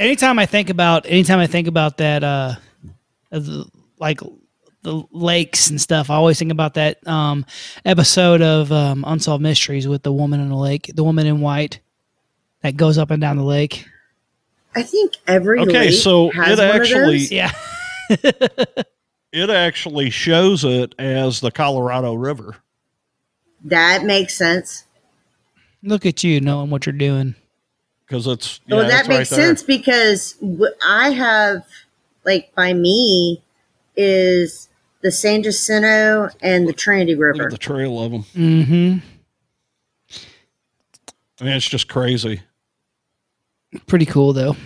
anytime I think about anytime I think about that uh the- like the lakes and stuff, I always think about that um episode of um Unsolved Mysteries with the woman in the lake, the woman in white that goes up and down the lake. I think every Okay, lake so has it one of actually- those. Yeah. It actually shows it as the Colorado River. that makes sense. Look at you knowing what you're doing. because it's well, yeah, Oh, that it's right makes there. sense because wh- I have, like, by me is the San Jacinto and the Trinity Look River. at the trail of them. Mm-hmm. I mean, it's just crazy. Pretty cool though.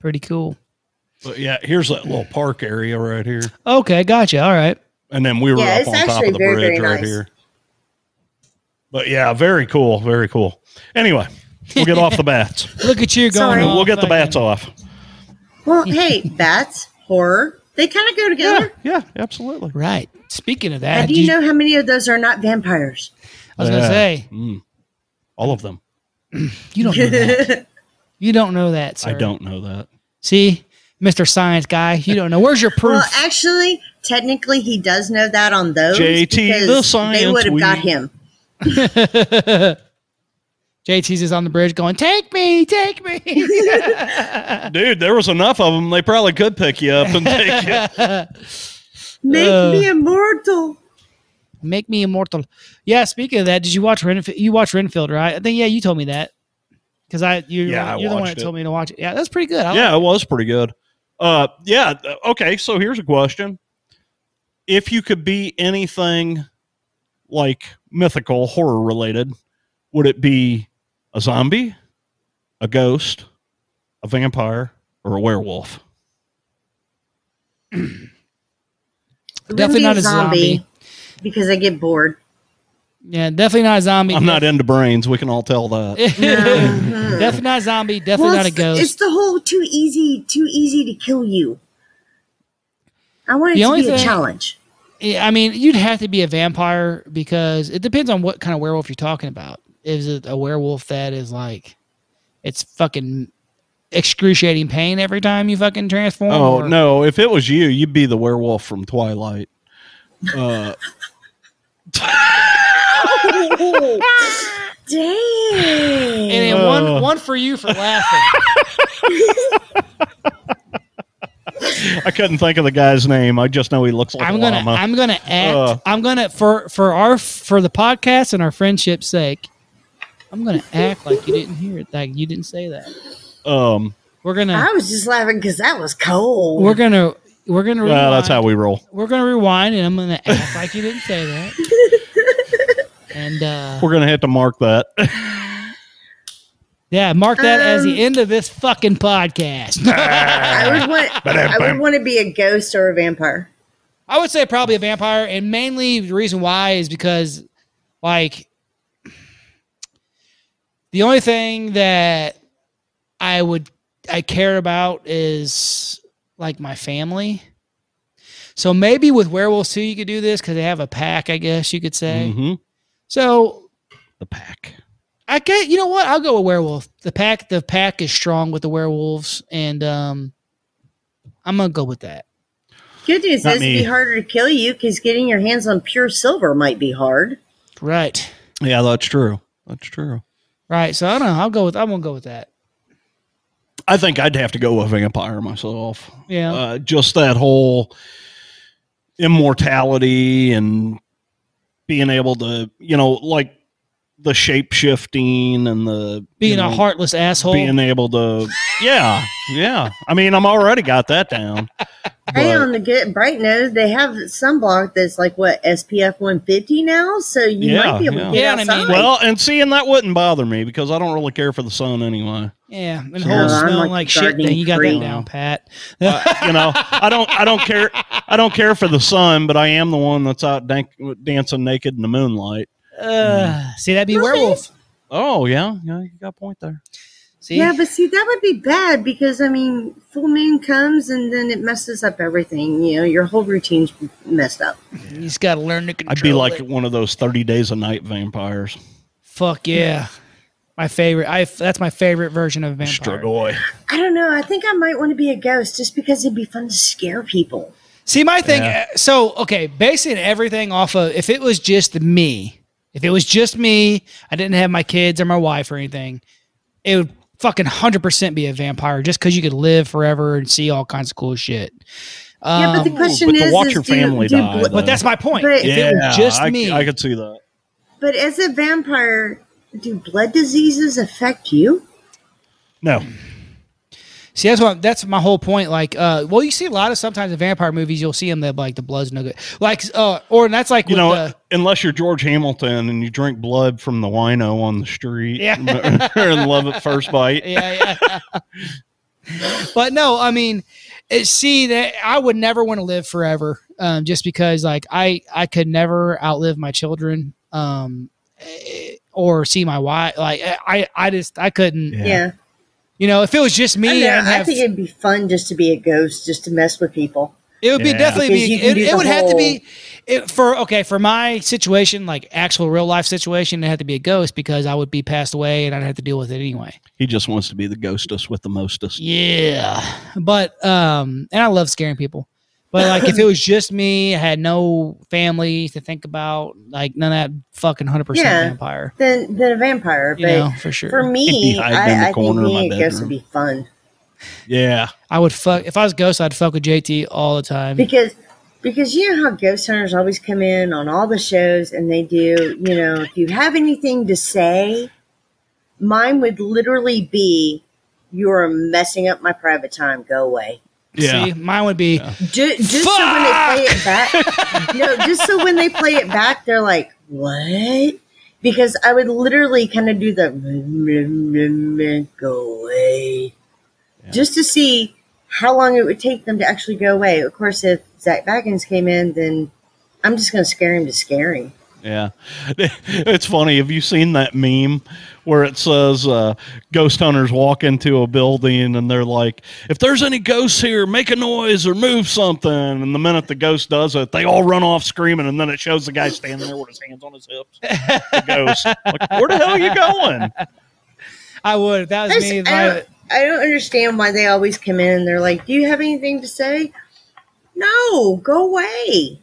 Pretty cool. But yeah, here's that little park area right here, Okay, gotcha. All right. and then we were Yeah, up it's on top actually of the very, bridge very right nice. here. But yeah, very cool, very cool. Anyway, we'll get off the bats. Look at you going. Sorry. all we'll get the fucking- bats off. well, hey, bats, horror, they kind of go Yeah, together. yeah, absolutely. Right. Speaking of that, How do you know how many of those are not vampires? I was gonna Yeah. say Mm. all of them. you don't know that. You don't know that, sir. I don't know that. See, Mr. Science Guy, you don't know. Where's your proof? Well, actually, technically, he does know that on those. JT, the because they science would have we- got him. JT's is on the bridge going, Take me, take me. Dude, there was enough of them. They probably could pick you up and take you. Make Uh. me immortal. Make me immortal. Yeah, speaking of that, did you watch Renfield? You watched Renfield, right? I think, yeah, you told me that. Because I, you, Yeah, I you're the one watched that it. told me to watch it. Yeah, that's pretty good. I like- yeah, it was pretty good. Uh, yeah. th- Okay. So here's a question: If you could be anything like mythical, horror related, would it be a zombie, a ghost, a vampire, or a werewolf? It wouldn't Definitely be not a zombie. because I get bored. yeah, definitely not a zombie. I'm not into brains. We can all tell that. definitely not a zombie. Definitely Well, not a it's, it's ghost. the whole too easy, too easy to kill you. I want it The to only be a thing- challenge. Yeah, I mean, you'd have to be a vampire because it depends on what kind of werewolf you're talking about. Is it a werewolf that is like, it's fucking excruciating pain every time you fucking transform? Oh or- no! If it was you, you'd be the werewolf from Twilight. Uh, And Dang. then Oh. one one for you for laughing. I couldn't think of the guy's name. I just know he looks like I'm a gonna llama. I'm gonna act Uh. I'm gonna for for our for the podcast and our friendship's sake, I'm gonna act like you didn't hear it, like you didn't say that. um, We're gonna I was just laughing because that was cold. we're gonna we're gonna rewind, well, that's how we roll. we're gonna rewind and I'm gonna act like you didn't say that. And uh, We're gonna have to mark that. yeah, mark that as Um. the end of this fucking podcast. I would want. uh, I would want to be a ghost or a vampire. I would say probably a vampire, and mainly the reason why is because, like, the only thing that I would I care about is like my family. So maybe with werewolves too, you could do this because they have a pack, I guess you could say. Mhm. So The pack. I get you know what I'll go with werewolf. The pack the pack is strong with the werewolves, and um, I'm gonna go with that. Good news Not is it'd me. be harder to kill you because getting your hands on pure silver might be hard. Right, Yeah, that's true. That's true. right. So I don't know. I'll go with I'm gonna go with that. I think I'd have to go with vampire myself. Yeah. Uh, just that whole immortality and being able to, you know, like the shape shifting and the being you know, a heartless asshole. being able to, yeah, yeah. I mean, I'm already got that down. hey, but- on the good bright nose, they have sunblock that's like what SPF 150 now, so you Yeah, might be able yeah. to get Yeah, and I mean, outside. well, and seeing that wouldn't bother me because I don't really care for the sun anyway. yeah, and So- whole Yeah, I'm smelling like, like shit gardening thing. You got free. that down, Pat. you know, I don't, I don't care, I don't care for the sun, but I am the one that's out dan- dancing naked in the moonlight. Uh, see, that'd be Okay. werewolf. Oh yeah, yeah, you got a point there. See, yeah, but see, that would be bad because I mean, full moon comes and then it messes up everything. You know, your whole routine's messed up. you just gotta learn to control. I'd be like it. one of those thirty days a night vampires. fuck yeah. My favorite. I that's my favorite version of a vampire. Strugoi. I don't know. I think I might want to be a ghost just because it'd be fun to scare people. See, my thing. Yeah. uh, So, okay, basing everything off of if it was just me, if it was just me, I didn't have my kids or my wife or anything, it would fucking hundred percent be a vampire just because you could live forever and see all kinds of cool shit. Um, yeah, but the Ooh, question but to is, watch is your do- family do die, bl- though. but that's my point. But- if it was just I, me, I could see that. but as a vampire, do blood diseases affect you? No, See, that's what that's my whole point. Like, uh, well, you see a lot of sometimes in vampire movies, you'll see them that like the blood's no good, like, uh, or that's like you with know, the, unless you're George Hamilton and you drink blood from the wino on the street, Yeah. or in love at first bite. yeah, yeah. but no, I mean, it, see that I would never want to live forever, um, just because like I I could never outlive my children, um, eh, or see my wife. Like eh, I I just I couldn't. Yeah. Yeah, You know, if it was just me, I I, don't know. didn't I have- think it'd be fun just to be a ghost, just to mess with people. It would be Yeah. definitely Because be. you can It, do it the would have to be whole- it, for okay for my situation, like actual real life situation. It had to be a ghost because I would be passed away and I'd have to deal with it anyway. He just wants to be the ghostest with the mostest. Yeah, but um, and I love scaring people. But like, if it was just me, I had no family to think about, like none of that fucking hundred percent Yeah. vampire, Than than a vampire, you but know, for sure. for He'd be me, hiding in the I, I think corner of my being a ghost bedroom. would be fun Yeah, I would fuck if I was a ghost, I'd fuck with JT all the time. because because you know how ghost hunters always come in on all the shows and they do you know if you have anything to say, mine would literally be, "You're messing up my private time. Go away." yeah. See, mine would be. Ju- just so when they play it back, no, just so when they play it back, they're like, "What?" Because I would literally kind of do the "Meh, meh, meh, meh, go away, just to see how long it would take them to actually go away. Of course, if Zach Baggins came in, then I'm just going to scare him to scare him. Yeah. It's funny. Have you seen that meme where it says uh, ghost hunters walk into a building and they're like, if there's any ghosts here, make a noise or move something. And the minute the ghost does it, they all run off screaming. And then it shows the guy standing there with his hands on his hips. The ghost. Like, where the hell are you going? I would. If that I, was just- me. if I I, don't, I don't understand why they always come in and they're like, "Do you have anything to say?" No, go away.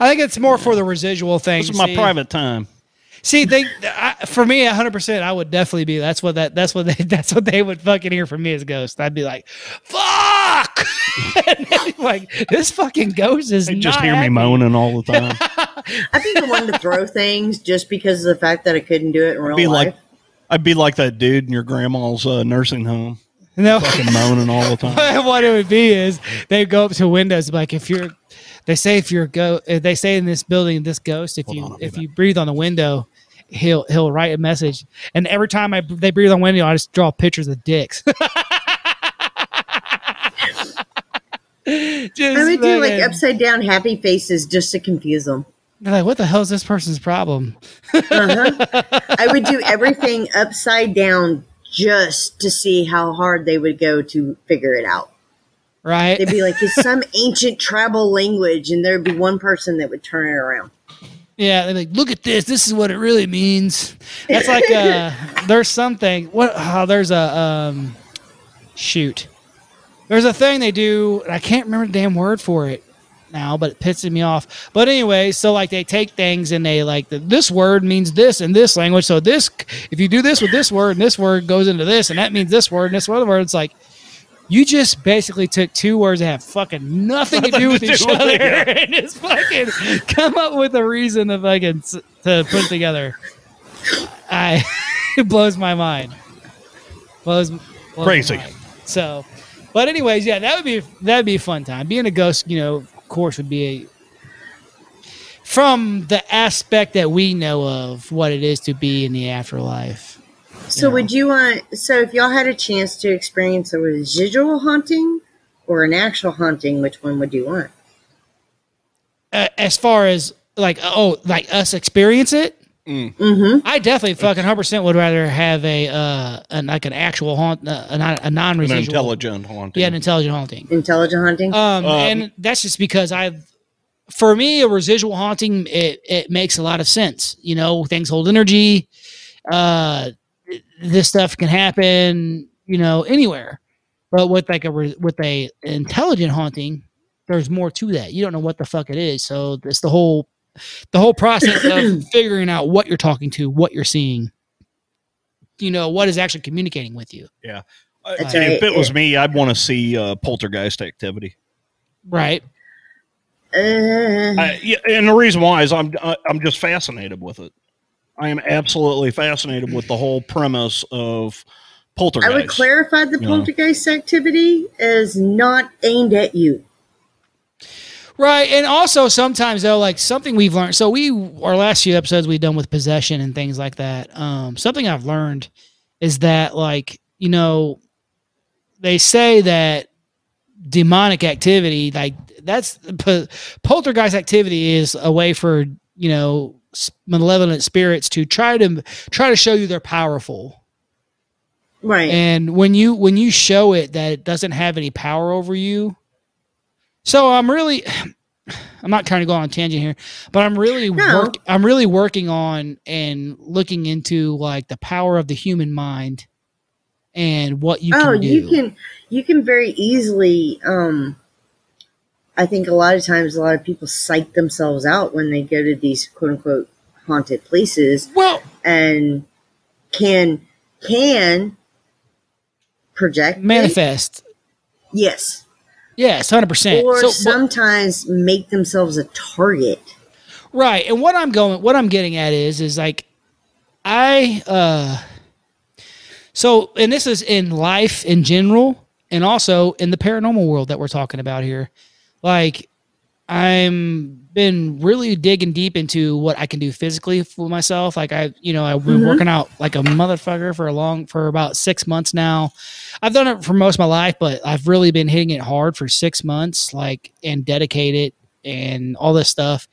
I think it's more for the residual thing. This is my see? private time. See, they I, for me, hundred percent, I would definitely be. That's what that. That's what they. That's what they would fucking hear from me as ghost. I'd be like, "Fuck!" And they'd be like this fucking ghost is They just not hear me happy. moaning all the time. I think I wanted to throw things just because of the fact that I couldn't do it in real be life. like, I'd be like that dude in your grandma's uh, nursing home, No, fucking moaning all the time. what it would be is they go up to windows like if you're. They say if you're go. If they say in this building, this ghost. If Hold you on, I'll be if back. you breathe on the window, he'll he'll write a message. And every time I they breathe on the window, I just draw pictures of dicks. Just I would do like fucking- upside down happy faces just to confuse them. They're like, what the hell is this person's problem? Uh-huh. I would do everything upside down just to see how hard they would go to figure it out. Right? They'd be like, it's some ancient tribal language, and there'd be one person that would turn it around. yeah, they're like, look at this. This is what it really means. That's like, uh, there's something. What? Oh, there's a um, shoot. There's a thing they do, and I can't remember the damn word for it now, but it pisses me off. But anyway, so like they take things and they like the, this word means this in this language. So this, if you do this with this word and this word goes into this, and that means this word and this other word, it's like you just basically took two words that have fucking nothing to do with each with other it, yeah. and just fucking come up with a reason to fucking s- to put together. I it blows my mind. Blows, blows my Crazy. mind. So, but anyways, yeah, that would be that'd be a fun time. Being a ghost, you know, of course, would be a from the aspect that we know of what it is to be in the afterlife. So, would you want, so if y'all had a chance to experience a residual haunting or an actual haunting, which one would you want? Uh, as far as like oh, like us experience it. Mm-hmm. I definitely fucking hundred percent would rather have a uh an like an actual haunt uh, a non a non An residual intelligent haunting. yeah an intelligent haunting. Intelligent haunting? Um, Um, and that's just because I, for me, a residual haunting it, it makes a lot of sense. You know, things hold energy. Uh, this stuff can happen, you know, anywhere. But with like a re- with a intelligent haunting, there's more to that. You don't know what the fuck it is. So it's the whole the whole process of figuring out what you're talking to, what you're seeing. You know what is actually communicating with you, I- That's Uh, if right. it was me, I'd want to see uh, poltergeist activity. right? Uh, I, yeah, and the reason why is I'm I- I'm just fascinated with it. I am absolutely fascinated with the whole premise of I poltergeist. would clarify the Yeah. poltergeist activity is not aimed at you. Right. And also sometimes though, like something we've learned. So we our last few episodes we've done with possession and things like that. Um, something I've learned is that like, you know, they say that demonic activity, like that's po- poltergeist activity is a way for, you know, s- malevolent spirits to try to try to show you they're powerful. Right. And when you when you show it that it doesn't have any power over you, so I'm really, I'm not trying to go on a tangent here, but I'm really No. work, I'm really working on and looking into like the power of the human mind and what you oh, can do. you can you can very easily um I think a lot of times a lot of people psych themselves out when they go to these quote unquote haunted places well, and can can project it. manifest. Yes. Yes, hundred percent. Or So, but- sometimes make themselves a target. Right. And what I'm going what I'm getting at is is like I uh so and this is in life in general and also in the paranormal world that we're talking about here. Like I'm been really digging deep into what I can do physically for myself. Like I, you know, I've been working out like a motherfucker for a long for about 6 months now. I've done it for most of my life, but I've really been hitting it hard for 6 months like and dedicated and all this stuff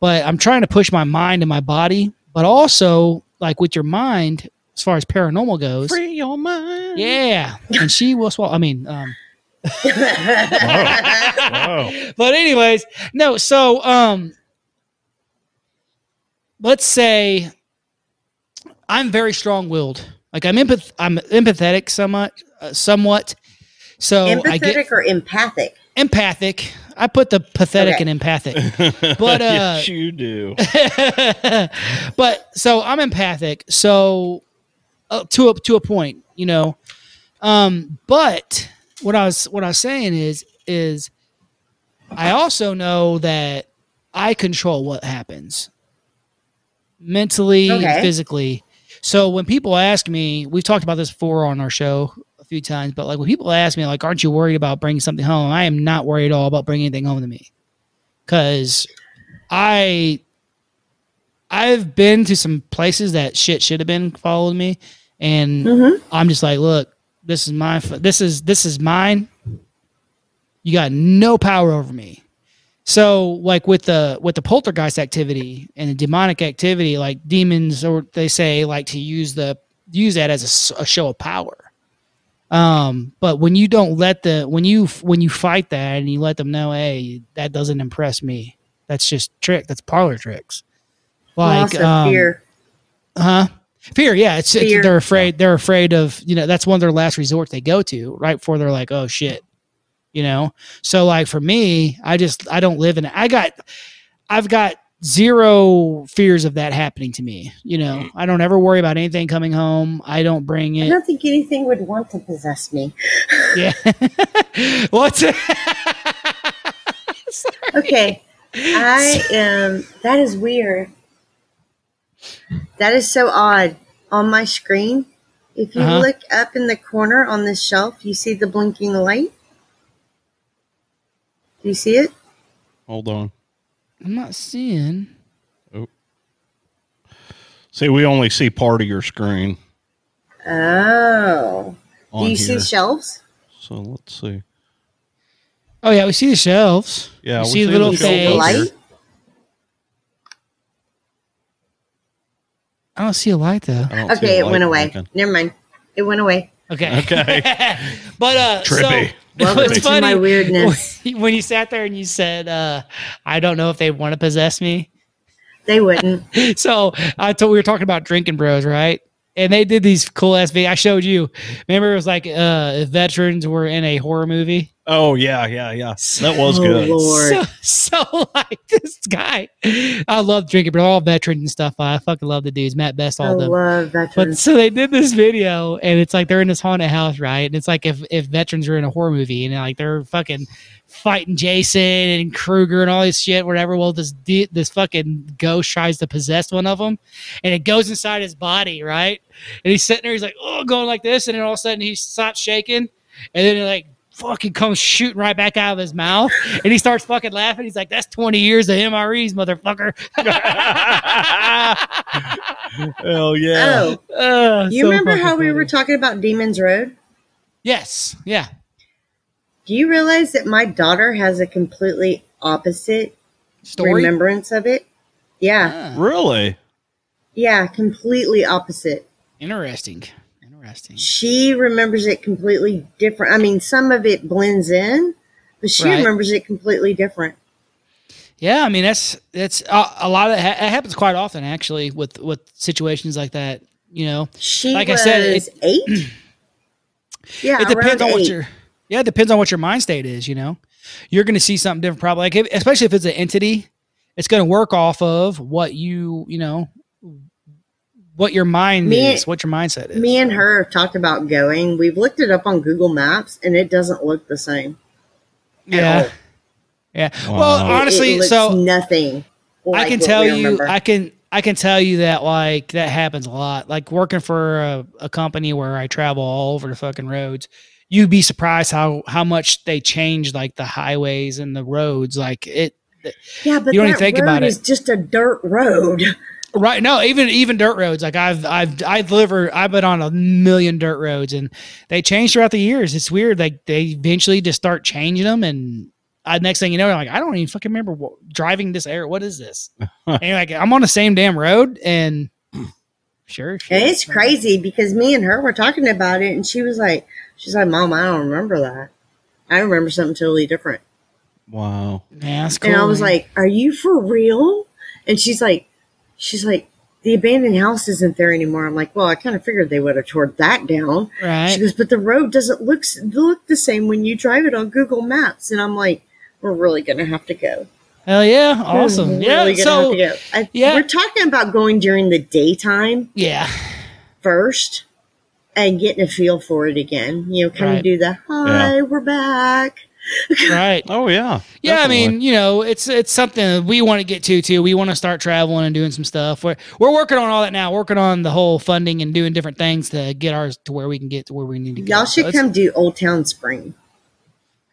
but I'm trying to push my mind and my body, but also like with your mind as far as paranormal goes. free your mind. Yeah, and she will swallow. I mean, um, Wow. but anyways, no. So, um, let's say I'm very strong-willed. Like I'm empath- I'm empathetic somewhat, uh, somewhat. So I Empathetic get or empathic. empathic. I put the pathetic Okay. and empathic. But, uh, yes, you do. but so I'm empathic, so uh, to a to a point, you know. Um, but what I was what I was saying is is I also know that I control what happens mentally and Okay. physically. So when people ask me, we've talked about this before on our show a few times, but like when people ask me, like, aren't you worried about bringing something home? I am not worried at all about bringing anything home to me because I I've been to some places that shit should have been following me, and Mhm. I'm just like, look, this is my, f- this is this is mine. You got no power over me. So like with the with the poltergeist activity and the demonic activity, like demons or they say like to use the use that as a s- a, show of power. Um, but when you don't let the when you when you fight that and you let them know, hey, that doesn't impress me. That's just trick. That's parlor tricks. Like Loss of um, fear. Huh? Uh-huh. Fear, yeah. It's, it's- Fear. they're afraid. They're afraid of you know. That's one of their last resort they go to right before they're like, oh shit, you know. So like for me, I just I don't live in. I got, I've got zero fears of that happening to me. You know, I don't ever worry about anything coming home. I don't bring I it. don't think anything would want to possess me. Yeah. What's it? Okay. I am. That is weird. That is so odd. On my screen, if you Uh-huh. look up in the corner on this shelf, you see the blinking light. Do you see it? Hold on. I'm not seeing. See, we only see part of your screen Oh. on Do you here. see shelves? so let's see. Oh yeah, we see the shelves. Yeah, we we see the see the little You see the shelves. face. Light? light? I don't see a light though. I don't see Okay, a it light went away. blinking. Never mind. It went away. Okay. Okay. but uh Trippy. So, Welcome it's to funny my weirdness. when you sat there and you said, uh, I don't know if they want to possess me. They wouldn't. So I told we were talking about drinking bros, right? and they did these cool ass videos. I showed you. Remember, it was like uh, if veterans were in a horror movie. Oh yeah, yeah, yeah. That was Oh, good. Lord. So, so like this guy, I love drinking, but all veterans and stuff. I fucking love the dudes. Matt Best, I all them. love But veterans. so they did this video, and it's like they're in this haunted house, right? And it's like if if veterans are in a horror movie, and like they're fucking fighting Jason and Krueger and all this shit, whatever. Well, this de- this fucking ghost tries to possess one of them, and it goes inside his body, right? And he's sitting there, he's like, oh, going like this, and then all of a sudden he stops shaking, and then it like. Fucking comes shooting right back out of his mouth, and he starts fucking laughing. He's like, "That's twenty years of MREs, motherfucker." Hell yeah. Oh, Uh, you so remember fucking how we funny. were talking about Demons Road? Yes, yeah. Do you realize that my daughter has a completely opposite Story. Uh. Ah, remembrance of it? Yeah. Really? Yeah, completely opposite. Interesting. Interesting. She remembers it completely different. I mean, some of it blends in, but she Right. remembers it completely different. Yeah, I mean that's that's uh, a lot of that, ha- it happens quite often actually with with situations like that. You know, She Like I was said, eight. yeah, it depends around on what eight. your yeah, it depends on what your mind state is. You know, you're going to see something different probably, like if, especially if it's an entity, it's going to work off of what you you know what your mind Me- is, what your mindset is. Me and her have talked about going. We've looked it up on Google Maps, and it doesn't look the same. yeah, all. yeah. Wow. Well, It- It- it honestly, looks so nothing. I like can what tell we you, remember. I can, I can tell you that like that happens a lot. Like working for a, a company where I travel all over the fucking roads, you'd be surprised how how much they change like the highways and the roads. Like it, yeah, but you don't that even think road about it. is just a dirt road. Right. No, even even dirt roads. Like I've I've I've delivered I've been on a million dirt roads and they change throughout the years. It's weird. Like they eventually just start changing them and uh, next thing you know, I'm like, I don't even fucking remember what, driving this area. What is this? and you're like, I'm on the same damn road and sure. And shit. it's crazy because me and her were talking about it, and she was like, "She's like, Mom, I don't remember that. I remember something totally different." Wow. Yeah, that's cool. And I was man. like, "Are you for real?" And she's like, "She's like, the abandoned house isn't there anymore." I'm like, "Well, I kind of figured they would have torn that down." She right. goes, "But the road doesn't look s- look the same when you drive it on Google Maps." And I'm like, "We're really gonna have to go." Hell yeah. We're Awesome. really yeah. gonna So, have to go. I, yeah. we're talking about going during the daytime. yeah. first and getting a feel for it again. You know, kind Right. of do the hi, we're back. Right. Oh yeah. Yeah, I Definitely. mean, you know, it's it's something that we want to get to too. We want to start traveling and doing some stuff. We're we're working on all that now. Working on the whole funding and doing different things to get ours to where we can get to where we need to go. Y'all So should it's- come do Old Town Spring.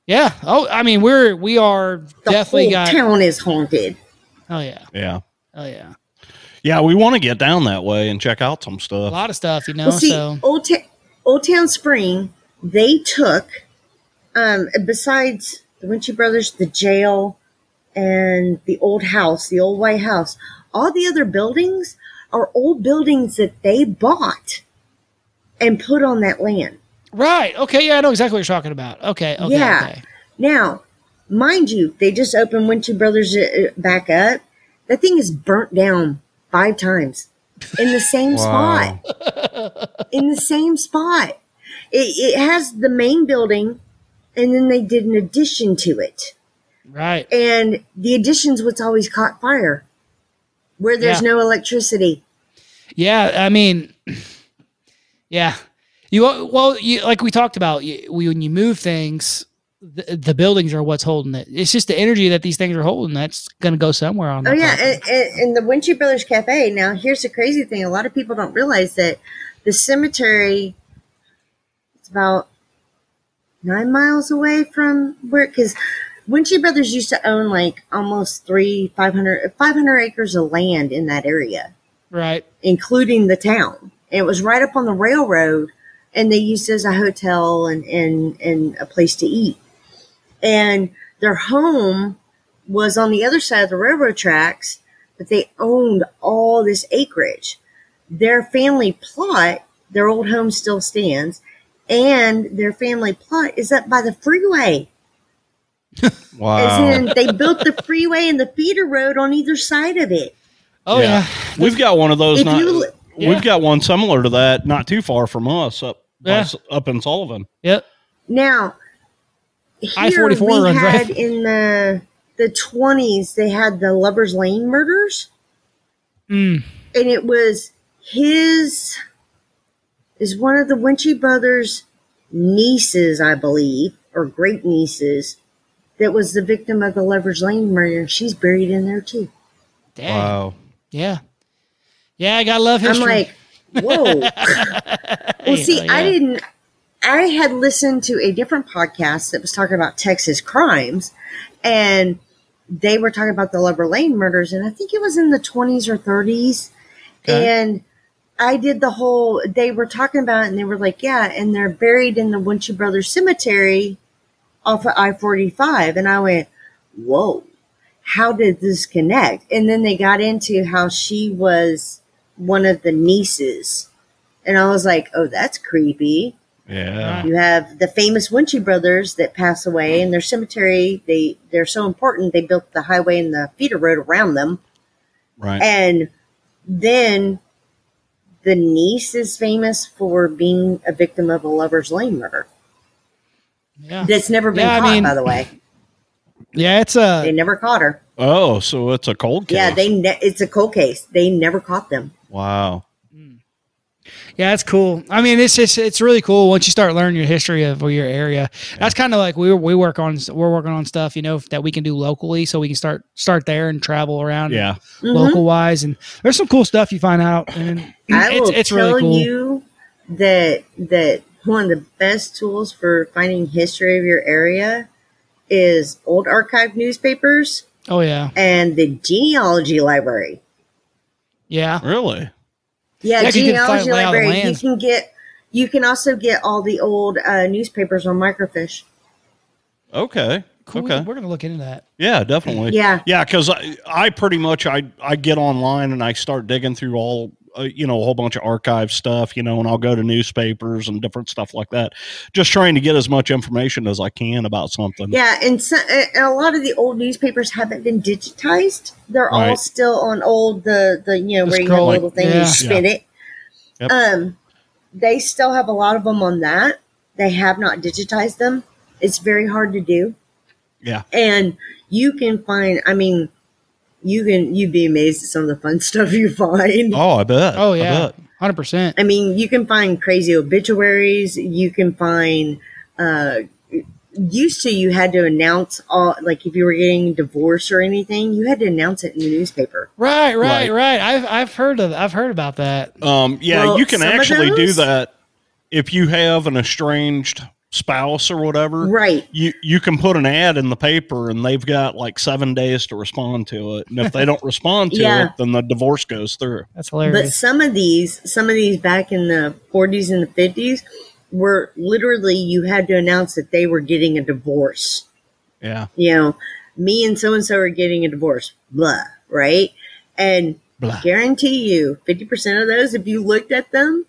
Yeah. Oh, I mean, we're we are The definitely whole got. town is haunted. Oh yeah. Yeah. Oh yeah. Yeah, we want to get down that way and check out some A stuff. lot of stuff, you know. Well, see, so Old, Ta- Old Town Spring, they took, um, besides the Winchie Brothers, the jail, and the old house, the old white house, all the other buildings are old buildings that they bought and put on that land. right. Okay. Yeah, I know exactly what you're talking about. Okay. Okay. Yeah. Okay. Now, mind you, they just opened Winchie Brothers uh, back up. That thing is burnt down five times in the same Wow. spot. In the same spot. It, it has the main building, and then they did an addition to it. Right. And the addition's what's always caught fire, where there's Yeah. no electricity. Yeah, I mean, yeah, you well, you, like we talked about you, when you move things, the, the buildings are what's holding it. It's just the energy that these things are holding that's going to go somewhere on. Oh the yeah, property. and, and, and the Winchie Brothers Cafe. Now, here's the crazy thing: a lot of people don't realize that the cemetery it's about nine miles away from where because Winchie Brothers used to own like almost three 500, 500 acres of land in that area, right. including the town. And it was right up on the railroad, and they used it as a hotel and and and a place to eat. And their home was on the other side of the railroad tracks, but they owned all this acreage. Their family plot, their old home still stands, and their family plot is up by the freeway. As Wow. in, they built the freeway and the feeder road on either side of it. Oh yeah. We've got one of those If not, you- Yeah. We've got one similar to that, not too far from us, up by Yeah. S- up in Sullivan. Yep. Now, here I-44 we runs right- had in the the twenties, they had the Lovers Lane murders, Mm. and it was his is one of the Winchie brothers' nieces, I believe, or great nieces, that was the victim of the Lovers Lane murder, and she's buried in there too. Dang. Yeah. Yeah, I gotta love I'm history. like, whoa. well, see, Yeah. I didn't. I had listened to a different podcast that was talking about Texas crimes, and they were talking about the Lover Lane murders, and I think it was in the 20s or 30s. Okay. And I did the whole. They were talking about it, and they were like, "Yeah," and they're buried in the Winchell Brothers Cemetery off of I 45, and I went, "Whoa." How did this connect? And then they got into how she was one of the nieces. And I was like, oh, that's creepy. Yeah. You have the famous Winchie brothers that pass away, and their cemetery, they, they're so important, they built the highway and the feeder road around them. Right. And then the niece is famous for being a victim of a lover's lane murder. yeah. That's never been Yeah, I caught, mean- by the way. yeah, it's uh They never caught her. oh, so it's a cold case. Yeah, they ne- it's a cold case. They never caught them. Wow. yeah, it's cool. I mean, it's just it's really cool once you start learning your history of your area. That's kind of like we we work on we're working on stuff you know that we can do locally, so we can start start there and travel around. Yeah. Mhm. local wise, and there's some cool stuff you find out, and I it's will it's tell really cool. you that that one of the best tools for finding history of your area is old archive newspapers Oh yeah, and the genealogy library. yeah, Really? Yeah, Yeah, 'cause you can find genealogy lay out the library. You lands. can get. You can also get all the old uh, newspapers on microfiche. Okay. cool. Okay. We're gonna look into that. Yeah, definitely. Yeah. Yeah, because I, I pretty much I I get online and I start digging through all uh, you know a whole bunch of archive stuff, you know, and I'll go to newspapers and different stuff like that, just trying to get as much information as I can about something. Yeah, and, so, and a lot of the old newspapers haven't been digitized. They're all Right. still on old the the you know The where you have a scroll, little thing yeah. you spin it. Yep. Um, they still have a lot of them on that. They have not digitized them. It's very hard to do, Yeah. and you can find. I mean, you can you'd be amazed at some of the fun stuff you find. Oh, I bet. Oh I yeah, bet. hundred percent. I mean, you can find crazy obituaries. You can find. Uh, used to, you had to announce all like if you were getting divorced or anything, you had to announce it in the newspaper. Right, right, Right. right. I've I've heard of I've heard about that. Um, yeah, Well, you can some of actually do those- that if you have an estranged spouse or whatever. Right. You you can put an ad in the paper and they've got like seven days to respond to it. And if they don't respond to Yeah. it, then the divorce goes through. That's But hilarious. some of these, some of these back in the 40s and the 50s were literally you had to announce that they were getting a divorce. Yeah. You know, me and so and so are getting a divorce. Blah. Right. And Blah. guarantee you 50% of those, if you looked at them,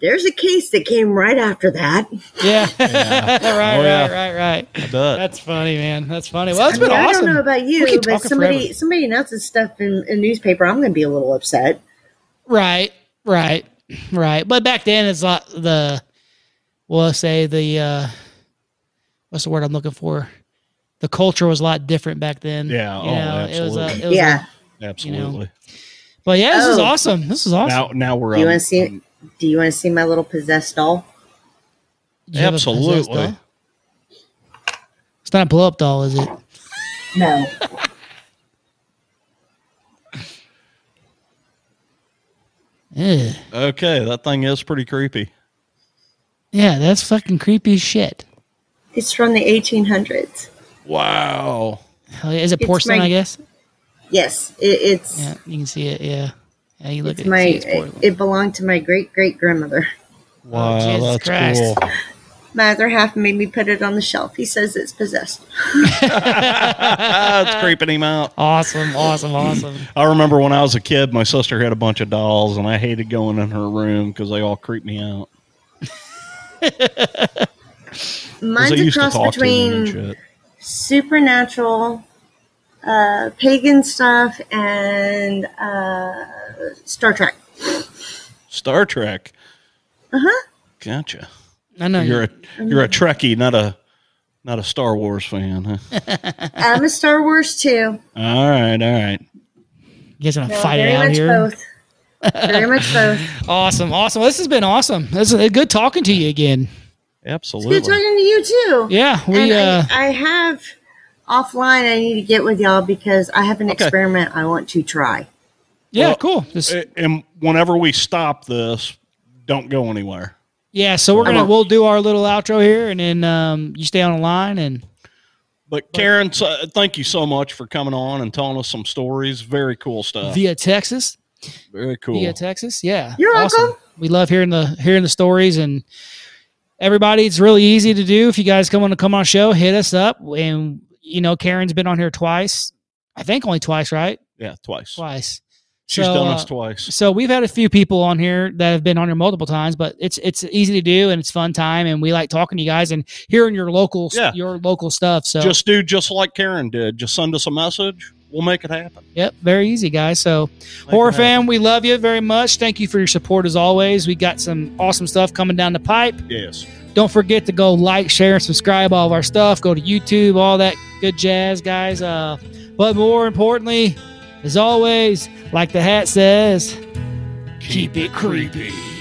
there's a case that came right after that. yeah, right, Oh, yeah. right, right, right. I bet. That's funny, man. That's funny. Well, it's I mean, been I awesome. don't know about We you, could but talk it somebody forever. somebody announces stuff in a newspaper, I'm going to be a little upset. Right, right, right. But back then, it's like the, we'll say the, uh, what's the word I'm looking for? The culture was a lot different back then. Yeah, You oh, know, it was. A, absolutely. it was yeah. A, Absolutely. but yeah, this is Oh. awesome. This is awesome. Now now we're um, do you on- want to um, see it? Do you want to see my little possessed doll? Do you have a possessed Absolutely. doll? It's not a blow up doll, is it? No. Ugh. Okay, that thing is pretty creepy. Yeah, that's fucking creepy as shit. It's from the 1800s. Wow. Hell yeah, Is it It's porcelain? my- I guess. Yes, it, it's Yeah, you can see it. Yeah, yeah. You look it's at my see it's porcelain. it, belonged to my great great grandmother. Wow, Jesus that's Christ. cool. My other half made me put it on the shelf. He says it's possessed. Ah, it's creeping him out. awesome, awesome, awesome. I remember when I was a kid, my sister had a bunch of dolls, and I hated going in her room because they all creeped me out. 'Cause Mine's they a used to cross talk to me and between shit. supernatural, uh, pagan stuff, and uh, Star Trek. Star Trek. Uh huh. Gotcha. I know You're a you're Mm-hmm. a Trekkie, not a not a Star Wars fan, huh? I'm a Star Wars too. all right, all right. you guys gonna No, fight it very out much here. both. Very much both. Awesome, awesome. This has been awesome. This is good talking to you again. Absolutely. Good talking to you too. Yeah, we. uh, and Um, I, I have offline. I need to get with y'all because I have an Okay. experiment I want to try. yeah, well, uh, cool. Just, A- And whenever we stop this, don't go anywhere. yeah, so we're gonna won't. we'll do our little outro here, and then um, you stay on the line, and But Karen, so, uh, thank you so much for coming on and telling us some stories. Very cool stuff. uh, via Texas, Very cool. via Texas. Yeah, You're awesome. welcome. We love hearing the hearing the stories and everybody. It's really easy to do. If you guys come on to come on a show, hit us up. And you know, Karen's been on here twice. I think only twice, right? yeah, twice. Twice. She's So, done uh, us twice. So we've had a few people on here that have been on here multiple times, but it's it's easy to do and it's fun time, and we like talking to you guys and hearing your local Yeah. your local stuff. So Just do just like Karen did. Just send us a message. We'll make it happen. yep, very easy, guys. So Make horror it happen. fam, we love you very much. Thank you for your support as always. We got some awesome stuff coming down the pipe. Yes. Don't forget to go like, share, and subscribe all of our stuff. Go to YouTube, all that good jazz, guys. Uh, but more importantly, as always, like the hat says, keep it creepy.